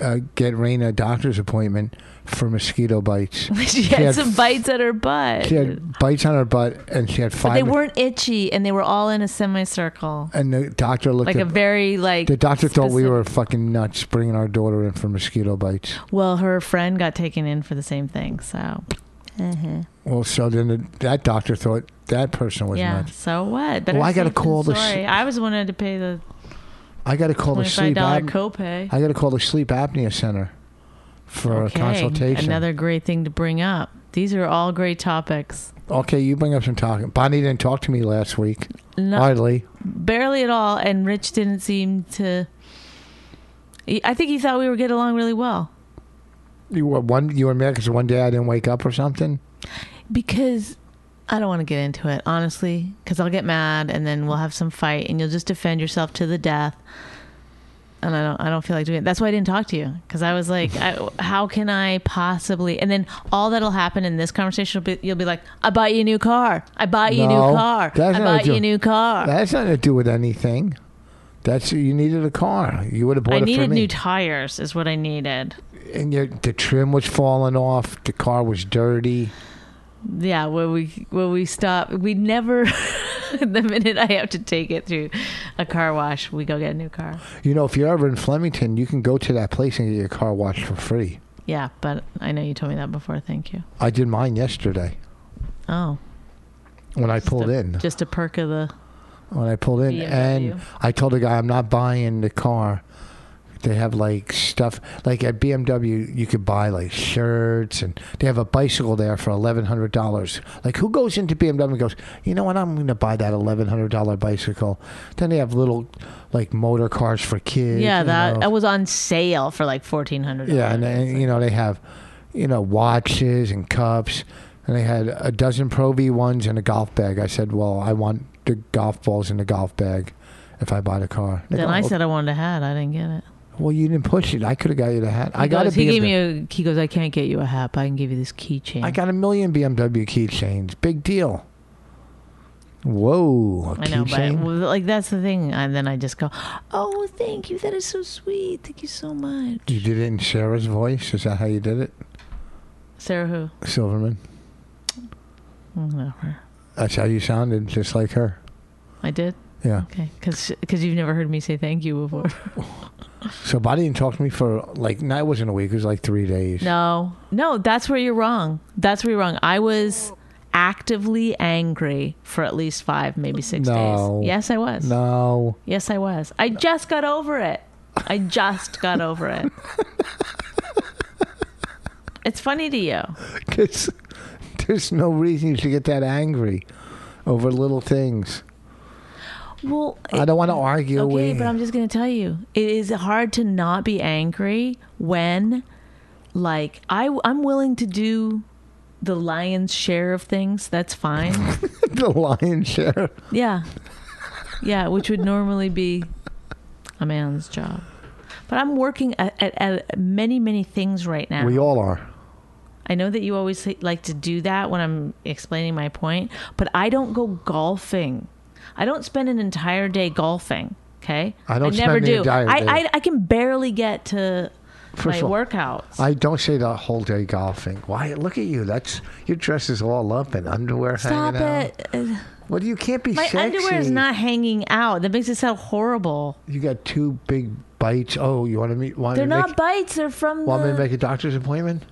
A: uh, get Raina a doctor's appointment for mosquito bites. She
B: she had,
A: had
B: some bites at her butt.
A: She had bites on her butt, and she had
B: but
A: five.
B: they weren't itchy, and they were all in a semicircle,
A: And the doctor looked
B: like
A: at
B: a very like.
A: The doctor thought we
B: specific-
A: were fucking nuts bringing our daughter in for mosquito bites.
B: Well, her friend got taken in for the same thing, so
A: Well, so then the, that doctor thought that person was
B: yeah.
A: nuts.
B: So what? Better
A: Well, I gotta
B: safe than
A: call the
B: sorry.
A: s-
B: I was the one who had to pay the
A: I got to call the
B: twenty-five
A: sleep.
B: dollar
A: apn-
B: copay.
A: I got to call the sleep apnea center for
B: Okay,
A: a consultation.
B: Another great thing to bring up. These are all great topics.
A: okay, you bring up some talking. Bonnie didn't talk to me last week.
B: No,
A: Hardly.
B: barely at all. And Rich didn't seem to. he- I think he thought we were getting along really well
A: You were one. You were mad because one day I didn't wake up or something.
B: because I don't want to get into it honestly because I'll get mad and then we'll have some fight and you'll just defend yourself to the death. And I don't. I don't feel like doing it. That's why I didn't talk to you because I was like, I, how can I possibly? And then all that'll happen in this conversation will be you'll be like, I bought you a new car. I bought you a
A: No,
B: new car.
A: that's
B: I
A: not
B: bought you a
A: true.
B: new car.
A: That has nothing to do with anything. That's you needed a car. You would have bought
B: I
A: it for
B: needed
A: me.
B: new tires. Is what I needed.
A: and your, the trim was falling off. The car was dirty.
B: yeah where we where we stop we never the minute i have to take it through a car wash we go get a new car
A: You know, if you're ever in Flemington, you can go to that place and get your car washed for free.
B: yeah but i know you told me that before thank you
A: I did mine yesterday
B: oh
A: when I pulled
B: a-
A: in.
B: just a perk of the
A: When I pulled in,
B: BMW.
A: and I told the guy I'm not buying the car. They have like stuff like at BMW, you could buy like shirts, and they have a bicycle there for eleven hundred dollars. Like, who goes into BMW and goes, you know what? I'm going to buy that eleven hundred dollar bicycle. Then they have little like motor cars for kids.
B: yeah
A: you
B: that
A: know.
B: that was on sale for like 1400
A: Yeah, and,
B: It's
A: and you know they have, you know, watches and cups, and they had a dozen Pro V ones and a golf bag. I said, well, I want the golf balls in the golf bag if I buy the car. They
B: like- then
A: go,
B: i
A: "Oh,
B: said i wanted a hat i didn't get it
A: well, you didn't push it. I could have got you the hat. I got a
B: goes, he gave me
A: BMW.
B: a he goes i can't get you a hat but i can give you this keychain
A: I got a million BMW keychains. Big deal. Whoa, a
B: I know, but
A: keychain.
B: well, like that's the thing, and then I just go, "Oh, thank you. That is so sweet. Thank you so much,
A: you did it in Sarah's voice. Is that how you did it,
B: Sarah." Who?
A: Silverman?
B: Whatever.
A: That's how you sounded, just like her.
B: I did.
A: Yeah.
B: Okay, because you've never heard me say thank you before.
A: So, Bonnie didn't talk to me for like, no, it wasn't a week. It was like three days.
B: No, no, that's where you're wrong. That's where you're wrong. I was actively angry for at least five, maybe six
A: No.
B: days. Yes, I was.
A: No.
B: Yes, I was. I just got over it. I just got over it. It's funny to you.
A: There's, there's no reason you should get that angry over little things.
B: Well,
A: I don't want to argue
B: okay,
A: with.
B: but I'm just going to tell you, it is hard to not be angry when, like, I I'm willing to do the lion's share of things. That's fine.
A: the lion's share.
B: yeah, yeah, which would normally be a man's job. But I'm working at, at, at many many things right now.
A: We all are.
B: I know that you always say- like to do that when I'm explaining my point, but I don't go golfing. I don't spend an entire day golfing. Okay,
A: I don't
B: I never
A: spend the
B: do.
A: entire
B: I,
A: day.
B: I I can barely get to my
A: of all,
B: workouts.
A: I don't say the whole day golfing. Why? Look at you. That's your dress is all up and underwear
B: Stop
A: hanging out.
B: it! Uh,
A: What do you can't be
B: My
A: sexy.
B: underwear is not hanging out. That makes it sound horrible.
A: You got two big bites. Oh, you want to meet? Want
B: They're
A: me to
B: not
A: Make,
B: bites. They're from
A: want me to
B: the.
A: make a doctor's appointment?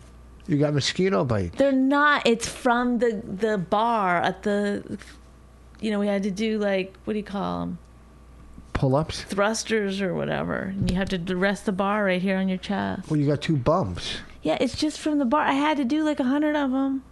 A: You got mosquito bite.
B: They're not. It's from the the bar at the. You know, we had to do like what do you call them?
A: Pull ups.
B: Thrusters or whatever, and you have to rest the bar right here on your chest.
A: Well, you got two bumps.
B: Yeah, it's just from the bar. I had to do like a hundred of them.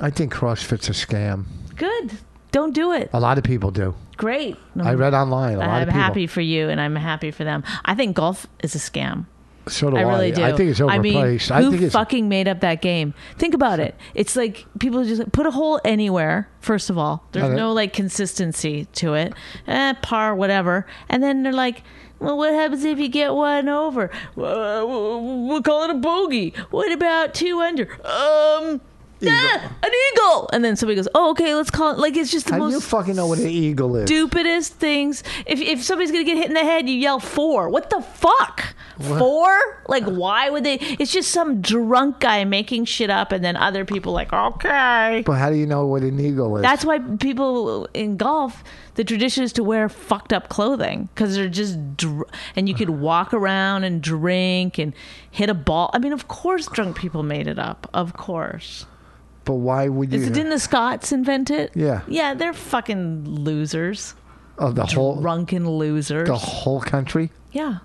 A: I think CrossFit's a scam.
B: Good. Don't do it.
A: A lot of people do.
B: Great.
A: I read online. A lot
B: I'm
A: of people.
B: happy for you, and I'm happy for them. I think golf is a scam.
A: So do I.
B: I really do.
A: I think it's
B: I mean,
A: overpriced. I,
B: who
A: think it's
B: fucking made up that game? Think about it. It's like people just like, put a hole anywhere. First of all, there's
A: Okay.
B: no like consistency to it. Eh, par, whatever. And then they're like, well, what happens if you get one over? Uh, we'll call it a bogey. What about two under? Um. ah, an eagle, and then somebody goes, "Oh, okay, let's call it." Like it's just the
A: How do
B: most
A: you fucking know what an eagle is?
B: stupidest things. If if somebody's gonna get hit in the head, you yell four. What the fuck? Four? Like why would they? It's just some drunk guy making shit up, and then other people like okay.
A: But how do you know what an eagle is?
B: That's why people in golf, the tradition is to wear fucked up clothing because they're just, dr- and you could walk around and drink and hit a ball. I mean, of course, drunk people made it up. Of course.
A: but why would you?
B: Is it, didn't the Scots invent it?
A: Yeah.
B: Yeah, they're fucking losers.
A: oh, the whole
B: Drunken losers.
A: the whole country.
B: Yeah.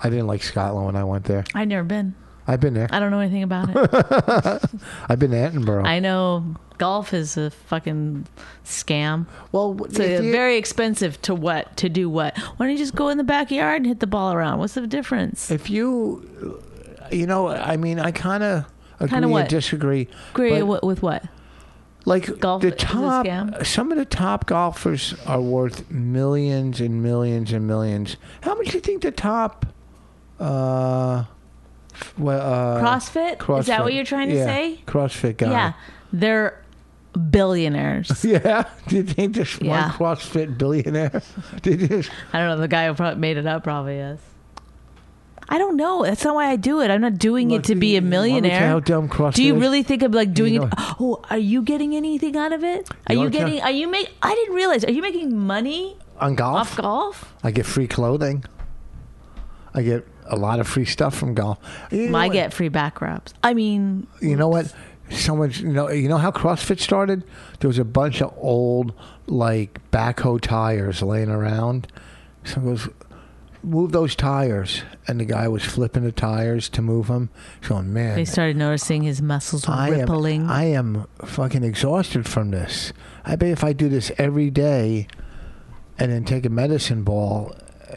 A: I didn't like Scotland when I went there.
B: I've never been.
A: I've been there.
B: I don't know anything about it.
A: I've been to Edinburgh.
B: I know golf is a fucking scam.
A: well, what-
B: It's uh,
A: if you-
B: very expensive to what? To do what? Why don't you just go in the backyard and hit the ball around? What's the difference?
A: if you, you know, I mean, I kind of agree
B: Kinda
A: and
B: what?
A: disagree.
B: Agree
A: but,
B: with, with what?
A: like
B: golf
A: the
B: is a
A: top,
B: scam?
A: some of the top golfers are worth millions and millions and millions. How much do you think the top? Uh, f- well, uh,
B: CrossFit? Is that what
A: CrossFit-
B: you're trying to
A: yeah,
B: say?
A: CrossFit guy.
B: Yeah. They're billionaires.
A: Yeah. Do you think this
B: Yeah.
A: one CrossFit billionaire did this?
B: I don't know. The guy who probably made it up probably is. I don't know. That's not why I do it. I'm not doing it to
A: Look,
B: be
A: you-
B: a
A: let me tell you
B: millionaire.
A: How dumb CrossFit?
B: Do you
A: is.
B: really think I'm like doing
A: You
B: it?
A: know-
B: Oh, are you getting anything out of it? Are
A: You
B: you,
A: know,
B: getting?
A: Ken-
B: Are you make? I didn't realize. Are you making money
A: on golf?
B: off golf?
A: I get free clothing. I get a lot of free stuff from golf. You know
B: I
A: what?
B: get free back rubs. I mean,
A: You know what? Someone's you know you know how CrossFit started? There was a bunch of old like backhoe tires laying around. Someone goes, "Move those tires," and the guy was flipping the tires to move them. He's going, "Man,
B: they started noticing his muscles were
A: I
B: rippling.
A: am I am fucking exhausted from this. I bet if I do this every day, and then take a medicine ball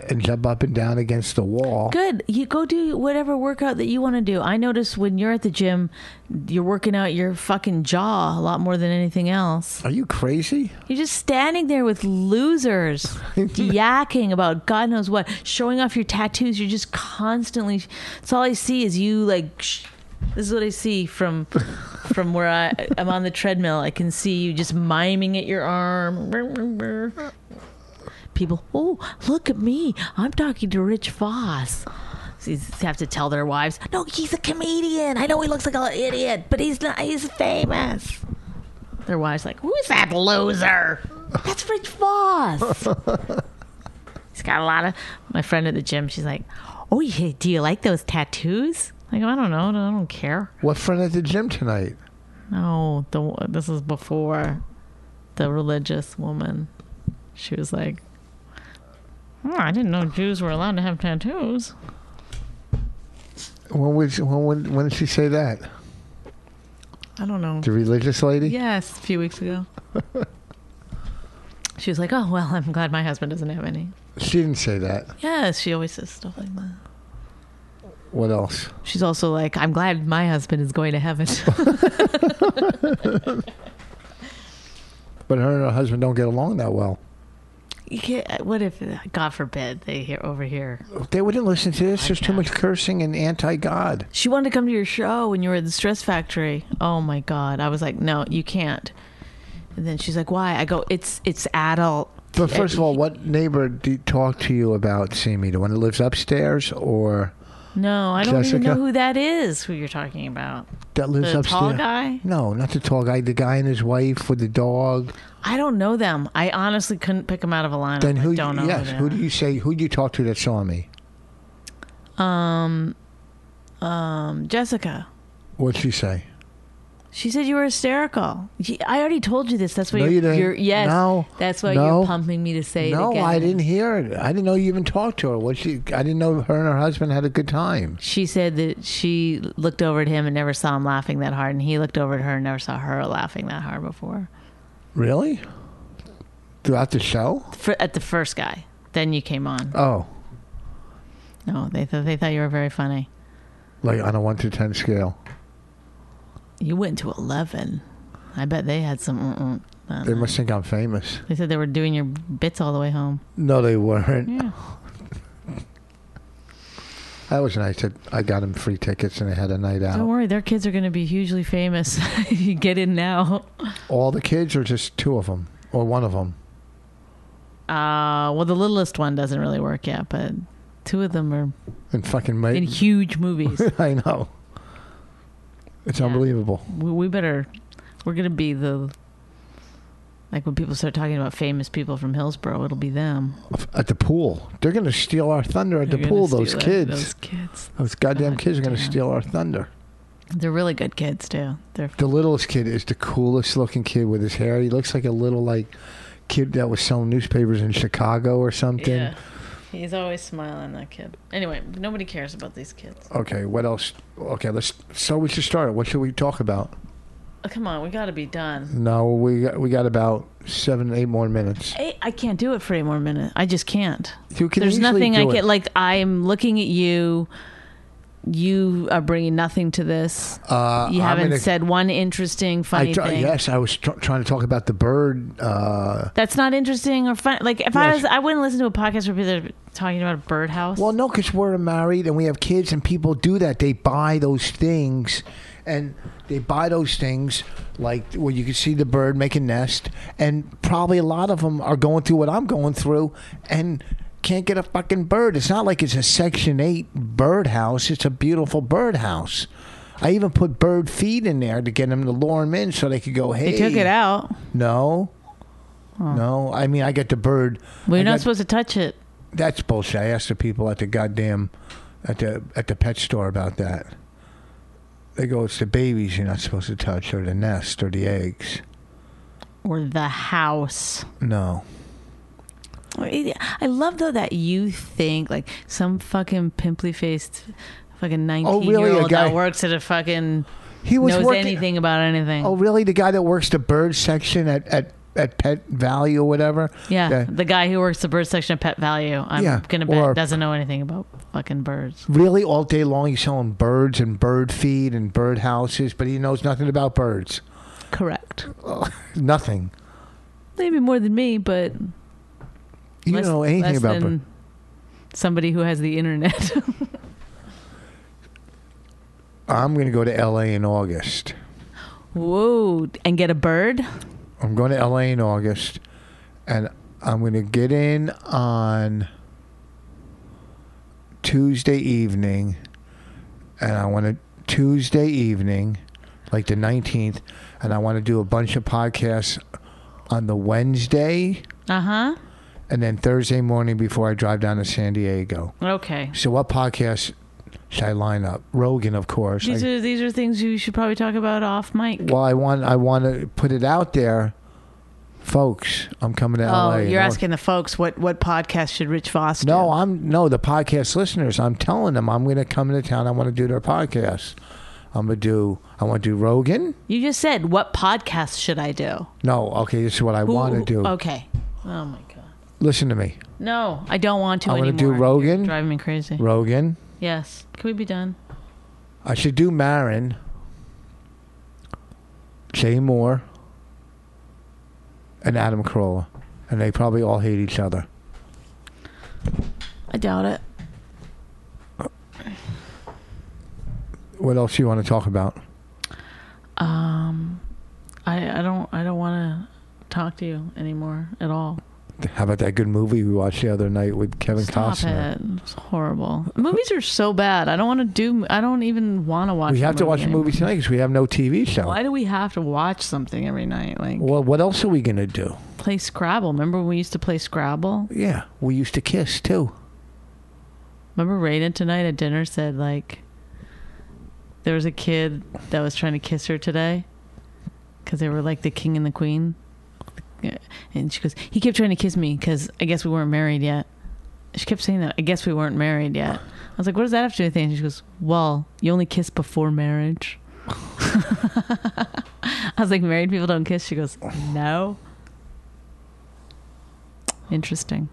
A: and jump up and down against the wall."
B: Good. You go do whatever workout that you want to do. I notice when you're at the gym, you're working out your fucking jaw a lot more than anything else.
A: Are you crazy?
B: You're just standing there with losers yakking about God knows what, showing off your tattoos. You're just constantly. It's all I see is you like. Sh- this is what I see from from where I, I'm on the treadmill. I can see you just miming at your arm. People, oh look at me! I'm talking to Rich Voss. So you have to tell their wives, no, he's a comedian. I know he looks like an idiot, but he's not. He's famous. Their wives like, who's that loser? That's Rich Voss. He's got a lot of. My friend at the gym, she's like, oh, yeah, do you like those tattoos? Like, I don't know. I don't care.
A: What friend at the gym tonight?
B: No, the this is before the religious woman. She was like, "Hmm, I didn't know Jews were allowed to have tattoos.
A: When was when when, when did she say that?
B: I don't know.
A: The religious lady?
B: Yes, a few weeks ago. she was like, oh, well, I'm glad my husband doesn't have any.
A: She didn't say that.
B: Yes, she always says stuff like that.
A: What else?
B: She's also like, I'm glad my husband is going to heaven.
A: But her and her husband don't get along that well.
B: you can't, what if, God forbid, they hear over here?
A: They wouldn't listen to this. There's too much cursing and anti-God.
B: She wanted to come to your show when you were at the Stress Factory. Oh my God. I was like, no, you can't. And then she's like, why? I go, it's it's adult.
A: But first of all, what neighbor do talked to you about seeing me? The one that lives upstairs, or
B: No, I don't even
A: Jessica?
B: know who that is, who you're talking about.
A: that lives
B: The
A: upstairs?
B: tall guy?
A: No, not the tall guy. The guy and his wife with the dog.
B: I don't know them. I honestly couldn't pick them out of a lineup.
A: Then who?
B: I don't know. who
A: yes.
B: they
A: Who
B: are.
A: do you say? Who do you talk to that saw me?
B: Um, um, Jessica.
A: What'd she say?
B: She said you were hysterical. She- I already told you this. That's why
A: No,
B: you're,
A: you didn't.
B: you're- yes.
A: No.
B: That's why
A: No.
B: you're pumping me to say it
A: no,
B: again.
A: I didn't hear it. I didn't know you even talked to her. What she? I didn't know her and her husband had a good time.
B: She said that she looked over at him and never saw him laughing that hard, and he looked over at her and never saw her laughing that hard before.
A: Really? Throughout the show?
B: For, at the first guy, then you came on.
A: Oh,
B: No, they thought they thought you were very funny.
A: like on a one to ten scale.
B: You went to eleven. I bet they had some. Uh-uh.
A: They must think I'm famous.
B: They said they were doing your bits all the way home.
A: No, they weren't.
B: Yeah.
A: That was nice. That I got them free tickets and they had a night out.
B: Don't worry, their kids are going to be hugely famous. if you get in now.
A: All the kids, or just two of them, or one of them.
B: Uh, well, the littlest one doesn't really work yet, but two of them are
A: And fucking
B: in
A: mate.
B: huge movies.
A: I know. It's
B: Yeah.
A: unbelievable.
B: we, we better. We're going to be the. Like when people start talking about famous people from Hillsborough, it'll be them.
A: At the pool, they're gonna steal our thunder at
B: They're
A: the
B: gonna
A: pool.
B: steal
A: Those
B: it.
A: kids,
B: Those
A: those,
B: kids.
A: goddamn
B: God
A: kids, are gonna
B: damn.
A: steal our thunder.
B: They're really good kids too. They're
A: The littlest kid is the coolest looking kid with his hair. He looks like a little like kid that was selling newspapers in Chicago or something.
B: yeah. He's always smiling that kid. Anyway, nobody cares about these kids.
A: Okay, what else? Okay, let's. So we should start. What should we talk about?
B: Oh, come on, we got to be done.
A: No, we got, we got about seven, eight more minutes.
B: I, I can't do it for eight more minutes. I just can't.
A: You can
B: There's
A: easily
B: nothing I
A: do
B: can
A: it.
B: like. I'm looking at you. You are bringing nothing to this.
A: Uh,
B: you
A: I'm
B: haven't
A: gonna-
B: said one interesting, funny
A: I tr-
B: thing.
A: yes, I was tr- trying to talk about the bird. Uh,
B: That's not interesting or fun. Like if I
A: Yes.
B: was, I wouldn't listen to a podcast where people are talking about a birdhouse.
A: well, no, because we're married and we have kids, and people do that. They buy those things, and they buy those things like where you can see the bird make a nest, and probably a lot of them are going through what I'm going through, and. Can't get a fucking bird. It's not like it's a Section 8 birdhouse. It's a beautiful birdhouse. I even put bird feed in there to get them to lure them in so they could go, hey.
B: they took it out.
A: No. No, I mean I get the bird.
B: We're
A: I
B: not
A: got-
B: supposed to touch it.
A: That's bullshit. I asked the people at the goddamn, at the at the pet store about that. They go, it's the babies you're not supposed to touch, or the nest, or the eggs.
B: Or the house.
A: No,
B: I love though that you think like some fucking pimply faced fucking nineteen
A: really?
B: year
A: A
B: old
A: guy-
B: that works at a fucking
A: he was
B: knows
A: working.
B: anything about anything.
A: Oh, really? The guy that works the bird section at at at Pet Value or whatever.
B: yeah,
A: That-
B: the guy who works the bird section of Pet Value. I'm
A: Yeah,
B: gonna bet
A: or-
B: doesn't know anything about fucking birds.
A: really, all day long he's selling birds and bird feed and bird houses, but he knows nothing about birds.
B: Correct.
A: Nothing.
B: Maybe more than me, but
A: You
B: less,
A: don't know anything
B: less
A: about
B: than
A: birds.
B: somebody who has the internet.
A: I'm going to go to L.A. in August.
B: Whoa, and get a bird.
A: I'm going to LA in August, and I'm going to get in on Tuesday evening, and I want to Tuesday evening, like the 19th, and I want to do a bunch of podcasts on the Wednesday
B: Uh huh.
A: and then Thursday morning before I drive down to San Diego.
B: Okay.
A: So, what podcasts should I line up? Rogan, of course.
B: These
A: I-
B: are these are things you should probably talk about off mic.
A: well, I want I want to put it out there, folks. I'm coming to LA.
B: Oh,
A: in
B: you're
A: August.
B: asking the folks what what podcast should Rich Voss do?
A: No, I'm no the podcast listeners. I'm telling them I'm going to come into town. I want to do their podcast. I'm gonna do. I want to do Rogan.
B: you just said what podcast should I do?
A: No, okay, this is what I
B: Who-
A: want to
B: who-
A: do.
B: Okay. Oh my god.
A: Listen to me,
B: No, I don't want to
A: I wanna
B: anymore.
A: do Rogan.
B: You're driving me crazy.
A: Rogan.
B: yes. Can we be done?
A: I should do Marin. Jay Moore. And Adam Carolla, and they probably all hate each other.
B: I doubt it.
A: What else do you want to talk about?
B: Um, I I don't I don't want to talk to you anymore at all.
A: How about that good movie we watched the other night with Kevin
B: Stop
A: Costner?
B: it! It's horrible. Movies are so bad. I don't want to do. I don't even want to watch.
A: We
B: a
A: have to watch a
B: anymore.
A: movie tonight because we have no TV show.
B: Why do we have to watch something every night? Like
A: Well, what else are we gonna do?
B: play Scrabble. Remember when we used to play Scrabble?
A: Yeah, we used to kiss too.
B: Remember Raiden tonight at dinner said like There was a kid that was trying to kiss her today because they were like the king and the queen. And she goes, he kept trying to kiss me because I guess we weren't married yet. She kept saying that. I guess we weren't married yet. I was like, what does that have to do with anything? She goes, well, you only kiss before marriage. I was like, married people don't kiss. She goes, no. Interesting.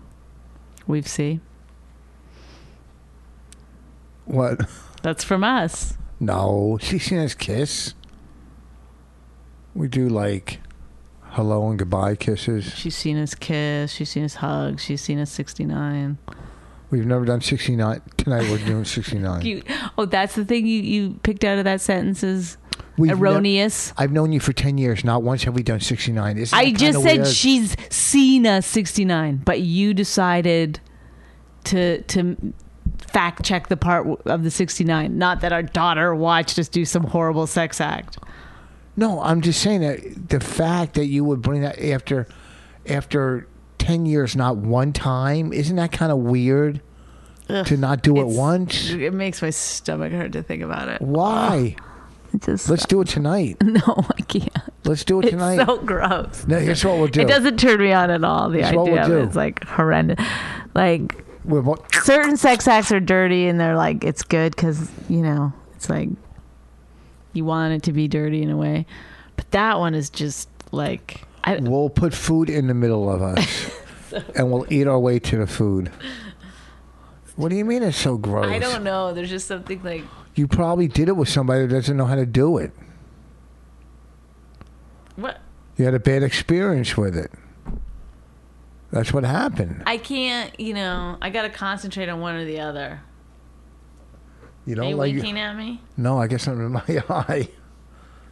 B: We've see.
A: What?
B: That's from us.
A: No, she seen us kiss. We do like hello and goodbye kisses.
B: She's seen us kiss. She's seen us hug. She's seen us 69.
A: We've never done 69. Tonight we're doing 69.
B: You, oh, that's the thing you, you picked out of that sentence is
A: We've nev-
B: erroneous.
A: I've known you for 10 years. Not once have we done 69. Isn't
B: I
A: that
B: just
A: kinda
B: said
A: weird?
B: she's seen us 69, but you decided to to fact check the part w- of the 69. Not that our daughter watched us do some horrible sex act.
A: No, I'm just saying that the fact that you would bring that after after 10 years, not one time, isn't that kind of weird to not do it
B: it's-
A: once?
B: It makes my stomach hurt to think about it.
A: Why?
B: It Just
A: Let's do it tonight.
B: no, I can't.
A: Let's do it
B: It's
A: tonight.
B: so gross.
A: no, here's what we'll do.
B: It doesn't turn me on at all. The
A: It's what
B: idea
A: we'll
B: of
A: do.
B: it. it's like horrendous. Like
A: We're bo-
B: certain sex acts are dirty and they're like it's good because you know it's like you want it to be dirty in a way but that one is just like I,
A: We'll put food in the middle of us, and we'll eat our way to the food. What do you mean it's so gross?
B: I don't know there's just something like
A: You probably did it with somebody that doesn't know how to do it.
B: what
A: You had a bad experience with it. That's what happened.
B: i can't you know i gotta concentrate on one or the other
A: You
B: are
A: don't
B: you
A: like.
B: winking at me
A: No, I guess I'm in my eye.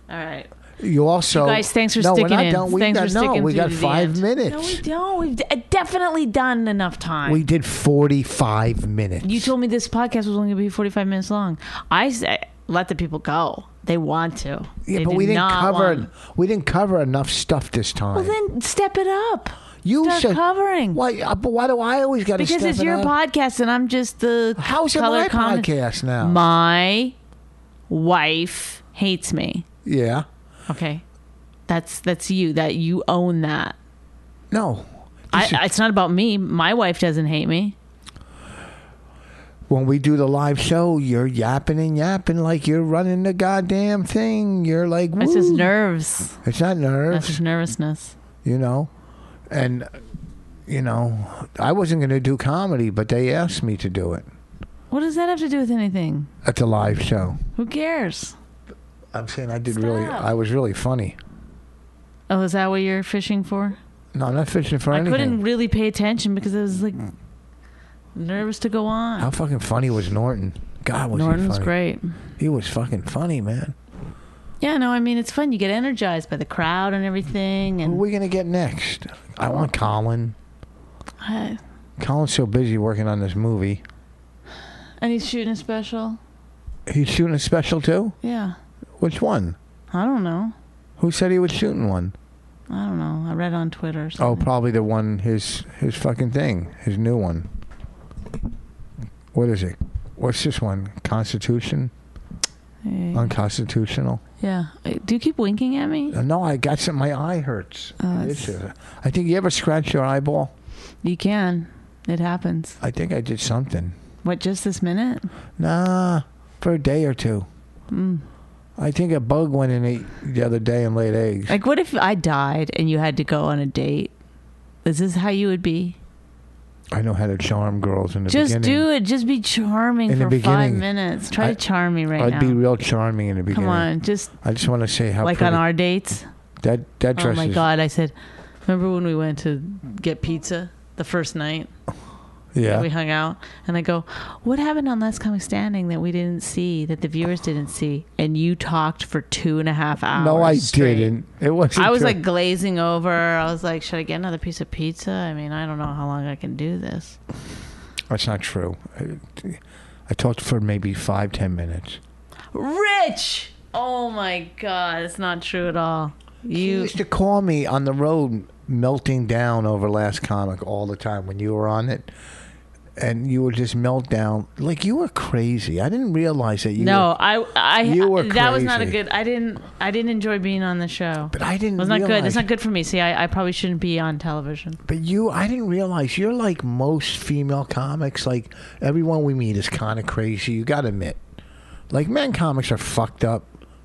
B: all right
A: You also
B: guys thanks for
A: Oh, no,
B: sticking
A: we're not
B: in
A: Done. We
B: thanks
A: got,
B: for
A: no,
B: sticking
A: we
B: through
A: got
B: to the
A: five
B: end.
A: minutes.
B: no we don't we've d- definitely done enough time
A: We did forty-five minutes.
B: You told me this podcast was only going to be 45 minutes long. I said, let the people go. They want to.
A: yeah,
B: They
A: but
B: did
A: we didn't
B: not
A: cover.
B: want-
A: We didn't cover enough stuff this time.
B: Well, then step it up.
A: you
B: start
A: said
B: covering.
A: Why? uh, But why do I always got to
B: Because it's your podcast and I'm just the
A: How's it
B: color
A: my
B: comment-
A: podcast now?
B: My wife hates me.
A: yeah.
B: Okay. That's that's you. That you own that.
A: No.
B: I,
A: This is-
B: it's not about me. My wife doesn't hate me.
A: when we do the live show, you're yapping and yapping like you're running the goddamn thing. You're like, Woo.
B: It's just nerves.
A: It's not
B: That's
A: nerves,
B: just nervousness.
A: you know. And you know, I wasn't going to do comedy, but they asked me to do it
B: What does that have to do with anything?
A: at the live show.
B: Who cares?
A: I'm saying I did really.
B: Stop.
A: I was really funny.
B: Oh, is that what you're fishing for?
A: No, I'm not fishing for
B: I
A: anything.
B: couldn't really pay attention because I was like nervous to go on.
A: Hmm. How fucking funny was Norton? God, was
B: Norton
A: he
B: was
A: funny?
B: great.
A: He was fucking funny, man.
B: Yeah, no, I mean it's fun. You get energized by the crowd and everything,
A: Who
B: and
A: are we gonna get next? I want Colin.
B: I,
A: Colin's so busy working on this movie.
B: and he's shooting a special.
A: He's shooting a special too.
B: Yeah,
A: Which one?
B: I don't know.
A: Who said he was shooting one?
B: I don't know. I read on Twitter. Or
A: Oh,
B: something.
A: probably the one his his fucking thing, his new one. What is it? What's this one? Constitution?
B: Hey.
A: Unconstitutional?
B: yeah. Uh, Do you keep winking at me?
A: Uh, No, I got some. My eye hurts.
B: Oh,
A: It
B: it's-
A: is, uh, I think you ever scratched your eyeball.
B: You can. It happens.
A: I think I did something.
B: What? Just this minute?
A: Nah, for a day or two.
B: Mm.
A: I think a bug went in it the other day and laid eggs.
B: Like, what if I died and you had to go on a date? Is this how you would be?
A: I know how to charm girls in the
B: Just
A: beginning.
B: do it. Just be charming
A: In the
B: for five
A: beginning,
B: minutes. Try
A: I-
B: to charm me right
A: I'd
B: now.
A: be real charming in the beginning.
B: Come on, just
A: I just want to say how
B: like
A: pretty.
B: on our dates.
A: that that
B: Oh
A: dress
B: my
A: is
B: god! I said, remember when we went to get pizza the first night?
A: yeah.
B: We hung out, and I go, "What happened on Last Comic Standing that we didn't see, that the viewers didn't see?" And you talked for two and a half hours.
A: No, I
B: straight.
A: didn't. It wasn't.
B: I was
A: true.
B: like glazing over. I was like, "Should I get another piece of pizza?" I mean, I don't know how long I can do this.
A: that's not true. I, I talked for maybe five, ten minutes.
B: Rich. Oh my god, it's not true at all.
A: You
B: You
A: used to call me on the road, melting down over Last Comic all the time when you were on it, and you would just melt down. Like you were crazy. I didn't realize that you.
B: No,
A: were-
B: I, I,
A: You were
B: that was not a
A: crazy.
B: good. I didn't, I didn't enjoy being on the show.
A: but I didn't.
B: It was not
A: realize,
B: good. It's not good for me. See, I, I probably shouldn't be on television.
A: But you, I didn't realize you're like most female comics. Like everyone we meet is kind of crazy. You got to admit, like men comics are fucked up.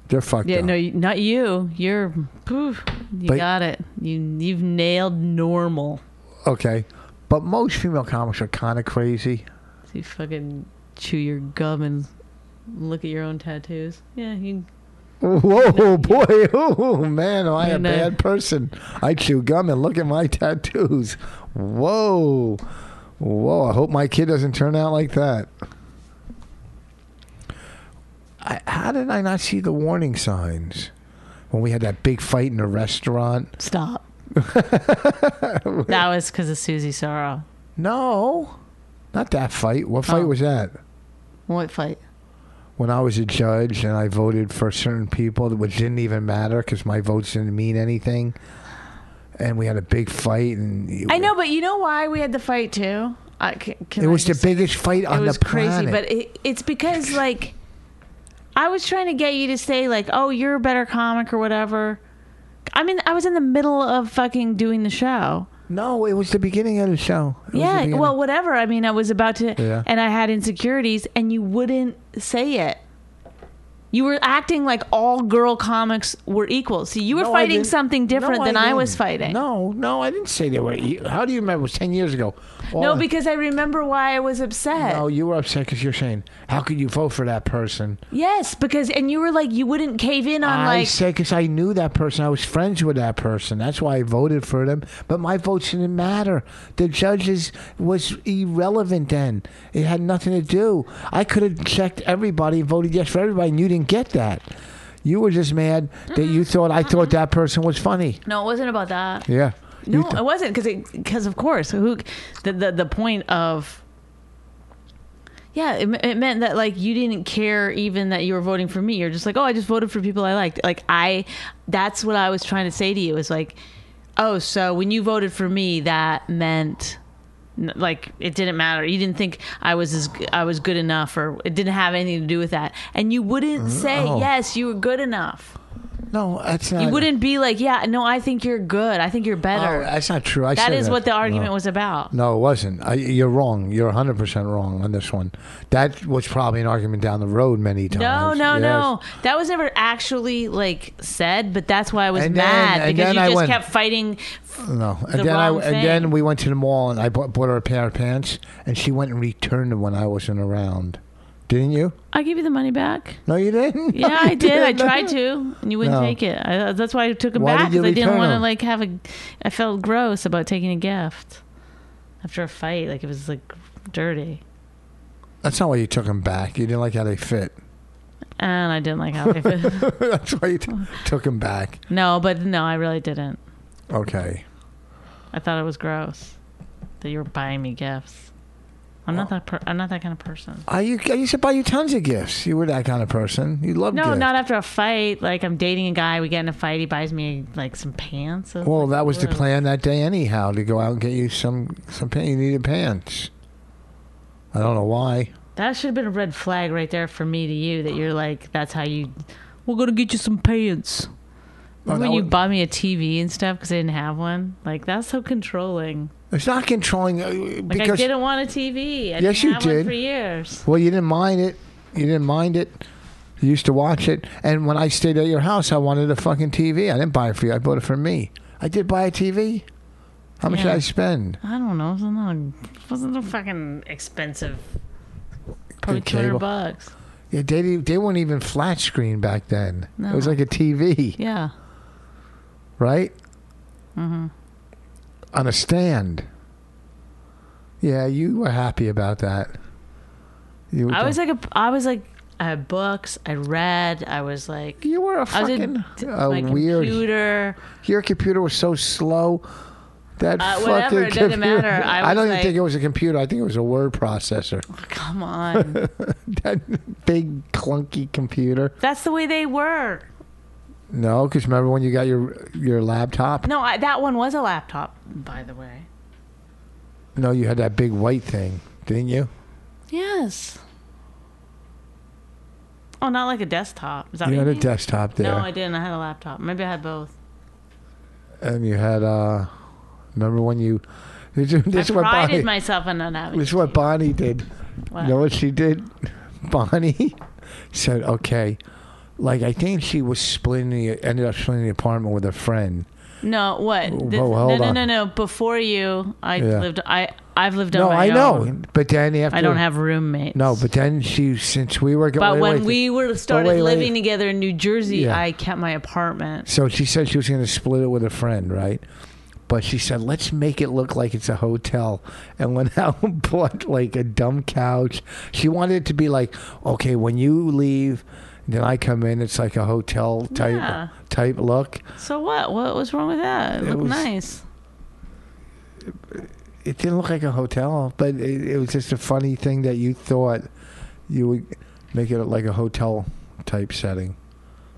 A: They're fucked
B: Yeah,
A: up.
B: no, you- not you. You're, poof, you
A: But-
B: got it. You, you've nailed normal.
A: okay, but most female comics are kind of crazy.
B: So you fucking chew your gum and look at your own tattoos. Yeah, you.
A: Whoa, boy! Oh man, am I a
B: No, no.
A: bad person? I chew gum and look at my tattoos. Whoa, whoa! I hope my kid doesn't turn out like that. I, how did I not see the warning signs when we had that big fight in the restaurant?
B: Stop. that was because of Susie Sorrow.
A: No, not that fight. What fight
B: Oh.
A: was that?
B: What fight?
A: When I was a judge and I voted for certain people, which didn't even matter because my votes didn't mean anything. And we had a big fight, and
B: I know, but you know why we had the fight too. I, can, can
A: It
B: I
A: was the
B: just-
A: biggest fight on
B: it was
A: the
B: crazy,
A: planet.
B: but it, it's because like I was trying to get you to say like, "Oh, you're a better comic" or whatever. I mean, I was in the middle of fucking doing the show.
A: no, it was the beginning of the show. It was the
B: yeah,
A: beginning.
B: well, whatever. I mean, I was about to,
A: Yeah.
B: and I had insecurities, and you wouldn't say it. You were acting like all girl comics were equal. See, you were
A: No, I
B: fighting
A: didn't-
B: something different
A: No,
B: than I, was
A: didn't.
B: fighting.
A: No, no, I didn't say they were. e- How do you remember? It was ten years ago. All
B: No,
A: I-
B: because I remember why I was upset.
A: no, you were upset because you're saying, "How could you vote for that person?"
B: Yes, because and you were like you wouldn't cave in on
A: I
B: like
A: said because I knew that person. I was friends with that person. That's why I voted for them. But my votes didn't matter. The judges was irrelevant then. It had nothing to do. I could have checked everybody and voted yes for everybody, and you didn't get that. You were just mad that you thought I thought that person was funny.
B: no, it wasn't about that.
A: Yeah. You
B: No,
A: th-
B: it wasn't because because of course who the the, the point of yeah it, me- it meant that like you didn't care even that you were voting for me you're just like oh I just voted for people I liked like I that's what I was trying to say to you is like oh so when you voted for me that meant n- like it didn't matter you didn't think I was as g- I was good enough or it didn't have anything to do with that and you wouldn't say
A: Oh.
B: yes you were good enough
A: no, that's not.
B: you wouldn't be like yeah no I think you're good I think you're
A: Oh,
B: better
A: that's not true. I
B: that
A: said
B: is what the argument
A: No.
B: was about.
A: No, it wasn't. I, you're wrong. You're 100% wrong on this one. That was probably an argument down the road many times.
B: No, no,
A: Yes.
B: no. That was never actually like said, but that's why I was
A: And then-
B: mad
A: and
B: because
A: then
B: you
A: I
B: just
A: went-
B: kept fighting.
A: No, and
B: the
A: then I
B: wrong
A: and then
B: thing.
A: we went to the mall and I bought, bought her a pair of pants and she went and returned them when I wasn't around. Didn't you?
B: I give you the money back.
A: No, you didn't. No,
B: Yeah,
A: you
B: I did. I
A: didn't.
B: tried to, and you wouldn't
A: No.
B: take it. I, uh, that's why I took them
A: Why
B: back
A: did you
B: because I didn't
A: return
B: want to
A: 'em?
B: like have a. I felt gross about taking a gift after a fight. Like it was like dirty,
A: That's not why you took them back. You didn't like how they fit.
B: and I didn't like how they fit.
A: That's why you t-
B: Oh.
A: took them back.
B: no, but no, I really didn't.
A: Okay.
B: I thought it was gross that you were buying me gifts. I'm not that. Per- I'm not that kind of person.
A: I, you, I used to buy you tons of gifts. You were that kind of person. You loved
B: No,
A: gifts.
B: not after a fight. Like I'm dating a guy, we get in a fight, he buys me like some pants. I
A: well,
B: like,
A: that was the
B: "Whoa."
A: plan that day anyhow to go out and get you some some pants. You needed pants. I don't know why.
B: That should have been a red flag right there for me to you that you're like, that's how you. We're gonna get you some pants.
A: Well, that
B: Remember when you
A: would-
B: bought me a TV and stuff because I didn't have one? Like that's so controlling.
A: It's not controlling uh,
B: Like
A: because
B: I didn't want a TV. I
A: Yes,
B: didn't
A: you
B: have
A: did.
B: One for years.
A: Well, you didn't mind it. You didn't mind it. You used to watch it. And when I stayed at your house, I wanted a fucking TV. I didn't buy it for you. I bought it for me. I did buy a TV. How much
B: Yeah.
A: did I spend?
B: I don't know. It wasn't, a, it wasn't a fucking expensive. Probably
A: Good
B: two hundred
A: cable.
B: bucks.
A: Yeah, they they weren't even flat screen back then. It was
B: No.
A: like a TV,
B: Yeah.
A: right? Mm-hmm. On a stand. Yeah, you were happy about that. You were
B: I was
A: talk-
B: like a. I was like. I had books. I read. I was like.
A: you were a
B: I was in
A: fucking
B: t-
A: a
B: my
A: weird.
B: computer.
A: Your computer was so slow. That
B: Uh,
A: fucking
B: whatever, it doesn't
A: computer-
B: matter. I
A: don't
B: was
A: even
B: like-
A: think it was a computer. I think it was a word processor.
B: Come on,
A: That big clunky computer.
B: that's the way they were.
A: No, because remember when you got your your laptop?
B: No, I, that one was a laptop, by the way.
A: No, you had that big white thing. Didn't you?
B: Yes. Oh, not like a desktop. Is that
A: You
B: what
A: had
B: Oh, you
A: a
B: mean?
A: desktop there.
B: No, I didn't. I had a laptop. Maybe I had both.
A: and you had uh remember when you this is this
B: I
A: is what
B: prided
A: Bonnie
B: myself on not having.
A: this is what Bonnie did.
B: Wow.
A: You know what she did? Bonnie said, Okay. Like I think she was splitting the ended up splitting the apartment with a friend.
B: No, what?
A: Whoa,
B: This-
A: hold
B: no, no,
A: on.
B: no, no. Before you, I
A: Yeah.
B: lived. I I've lived on
A: no,
B: my
A: I know.
B: own.
A: But then after
B: I don't have roommates.
A: No, but then she since we were
B: But
A: wait,
B: when
A: wait.
B: we were started
A: wait, wait.
B: living together in New Jersey,
A: Yeah.
B: I kept my apartment.
A: So she said she was going to split it with a friend, right? But she said, let's make it look like it's a hotel. And went out and bought like a dumb couch. She wanted it to be like, okay, when you leave, then I come in, it's like a hotel type
B: Yeah.
A: type look.
B: So what? What was wrong with that? It,
A: It
B: looked
A: was-
B: nice.
A: It didn't look like a hotel, but it, it was just a funny thing that you thought you would make it like a hotel type setting.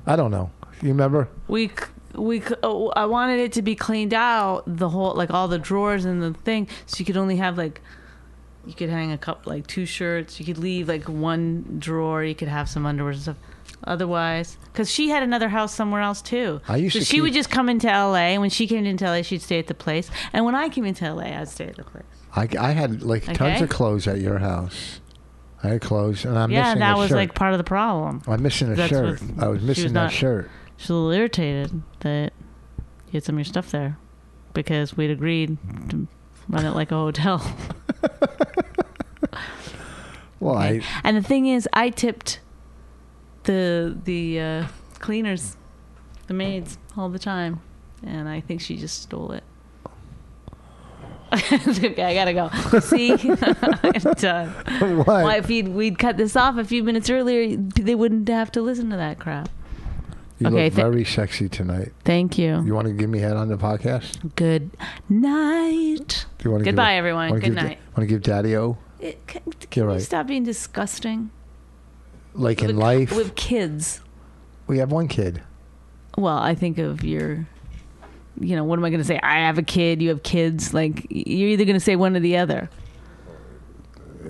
A: I don't know. You remember?
B: We c- we c- oh, I wanted it to be cleaned out the whole like all the drawers and the thing, so you could only have like you could hang a couple like two shirts. You could leave like one drawer. You could have some underwear and stuff. Otherwise, because she had another house somewhere else too.
A: I used
B: so
A: to
B: she would
A: keep-
B: just come into L.A. and when she came into L.A., she'd stay at the place, and when I came into L.A., I'd stay at the place.
A: I, I had like tons
B: Okay.
A: of clothes at your house. I had clothes, and I'm
B: yeah,
A: missing
B: that
A: a
B: was
A: shirt.
B: like part of the problem.
A: I'm missing a
B: That's
A: shirt.
B: what-
A: I was
B: she
A: missing
B: was
A: that
B: not-
A: shirt.
B: She's a little irritated that you had some of your stuff there because we'd agreed to run it like a hotel.
A: Well,
B: Okay.
A: I,
B: and the thing is, I tipped the the uh, cleaners, the maids, all the time, and I think she just stole it. okay, I gotta go. See, I'm done.
A: what?
B: Why, if you'd, we'd cut this off a few minutes earlier, they wouldn't have to listen to that crap.
A: you
B: okay,
A: look
B: thi-
A: very sexy tonight.
B: Thank
A: You want to give me head on the podcast? Do
B: Good night.
A: you want to?
B: Goodbye,
A: give,
B: everyone.
A: wanna
B: Good
A: give da-
B: night.
A: wanna give Daddy O
B: It, can
A: You're
B: can you
A: right.
B: stop being disgusting?
A: like in
B: with,
A: life?
B: With kids.
A: we have one kid.
B: Well, I think of your, you know, what am I going to say? I have a kid, you have kids. Like, you're either going to say one or the other.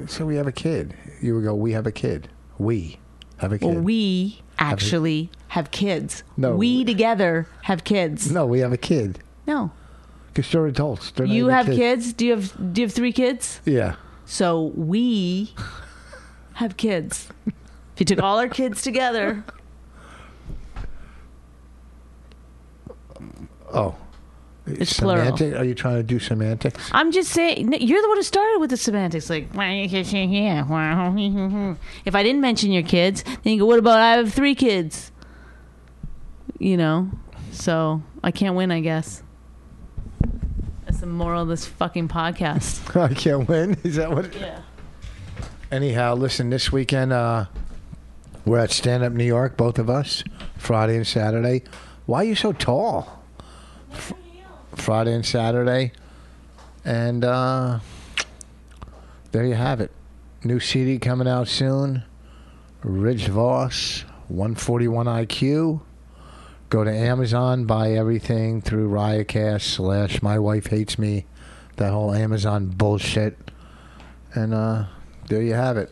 A: So we have a kid. You would go. We have a kid. We have a kid.
B: Well, we actually have kids.
A: No.
B: We together have kids.
A: no, we have a kid.
B: No.
A: Because they're adults. They're not
B: You
A: even
B: have kids? Do you have do you have 3 kids?
A: Yeah.
B: So we have kids. If you took all our kids together,
A: Oh.
B: It's plural.
A: semantic? Are you trying to do semantics?
B: I'm just saying, no, you're the one who started with the semantics. Like, why you can't say yeah, why- if I didn't mention your kids, then you go, what about I have three kids? You know, so I can't win, I guess. That's the moral of this fucking podcast.
A: I can't win. Is that what?
B: Yeah.
A: Anyhow, listen, this weekend uh, we're at Stand Up New York, both of us, Friday and Saturday. Why are you so tall? Fr- Friday and Saturday. And uh, there you have it. New CD coming out soon. Rich Voss, 141 IQ. Go to Amazon, buy everything through Riotcast slash My Wife Hates Me. That whole Amazon bullshit. And uh, there you have it.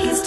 D: He's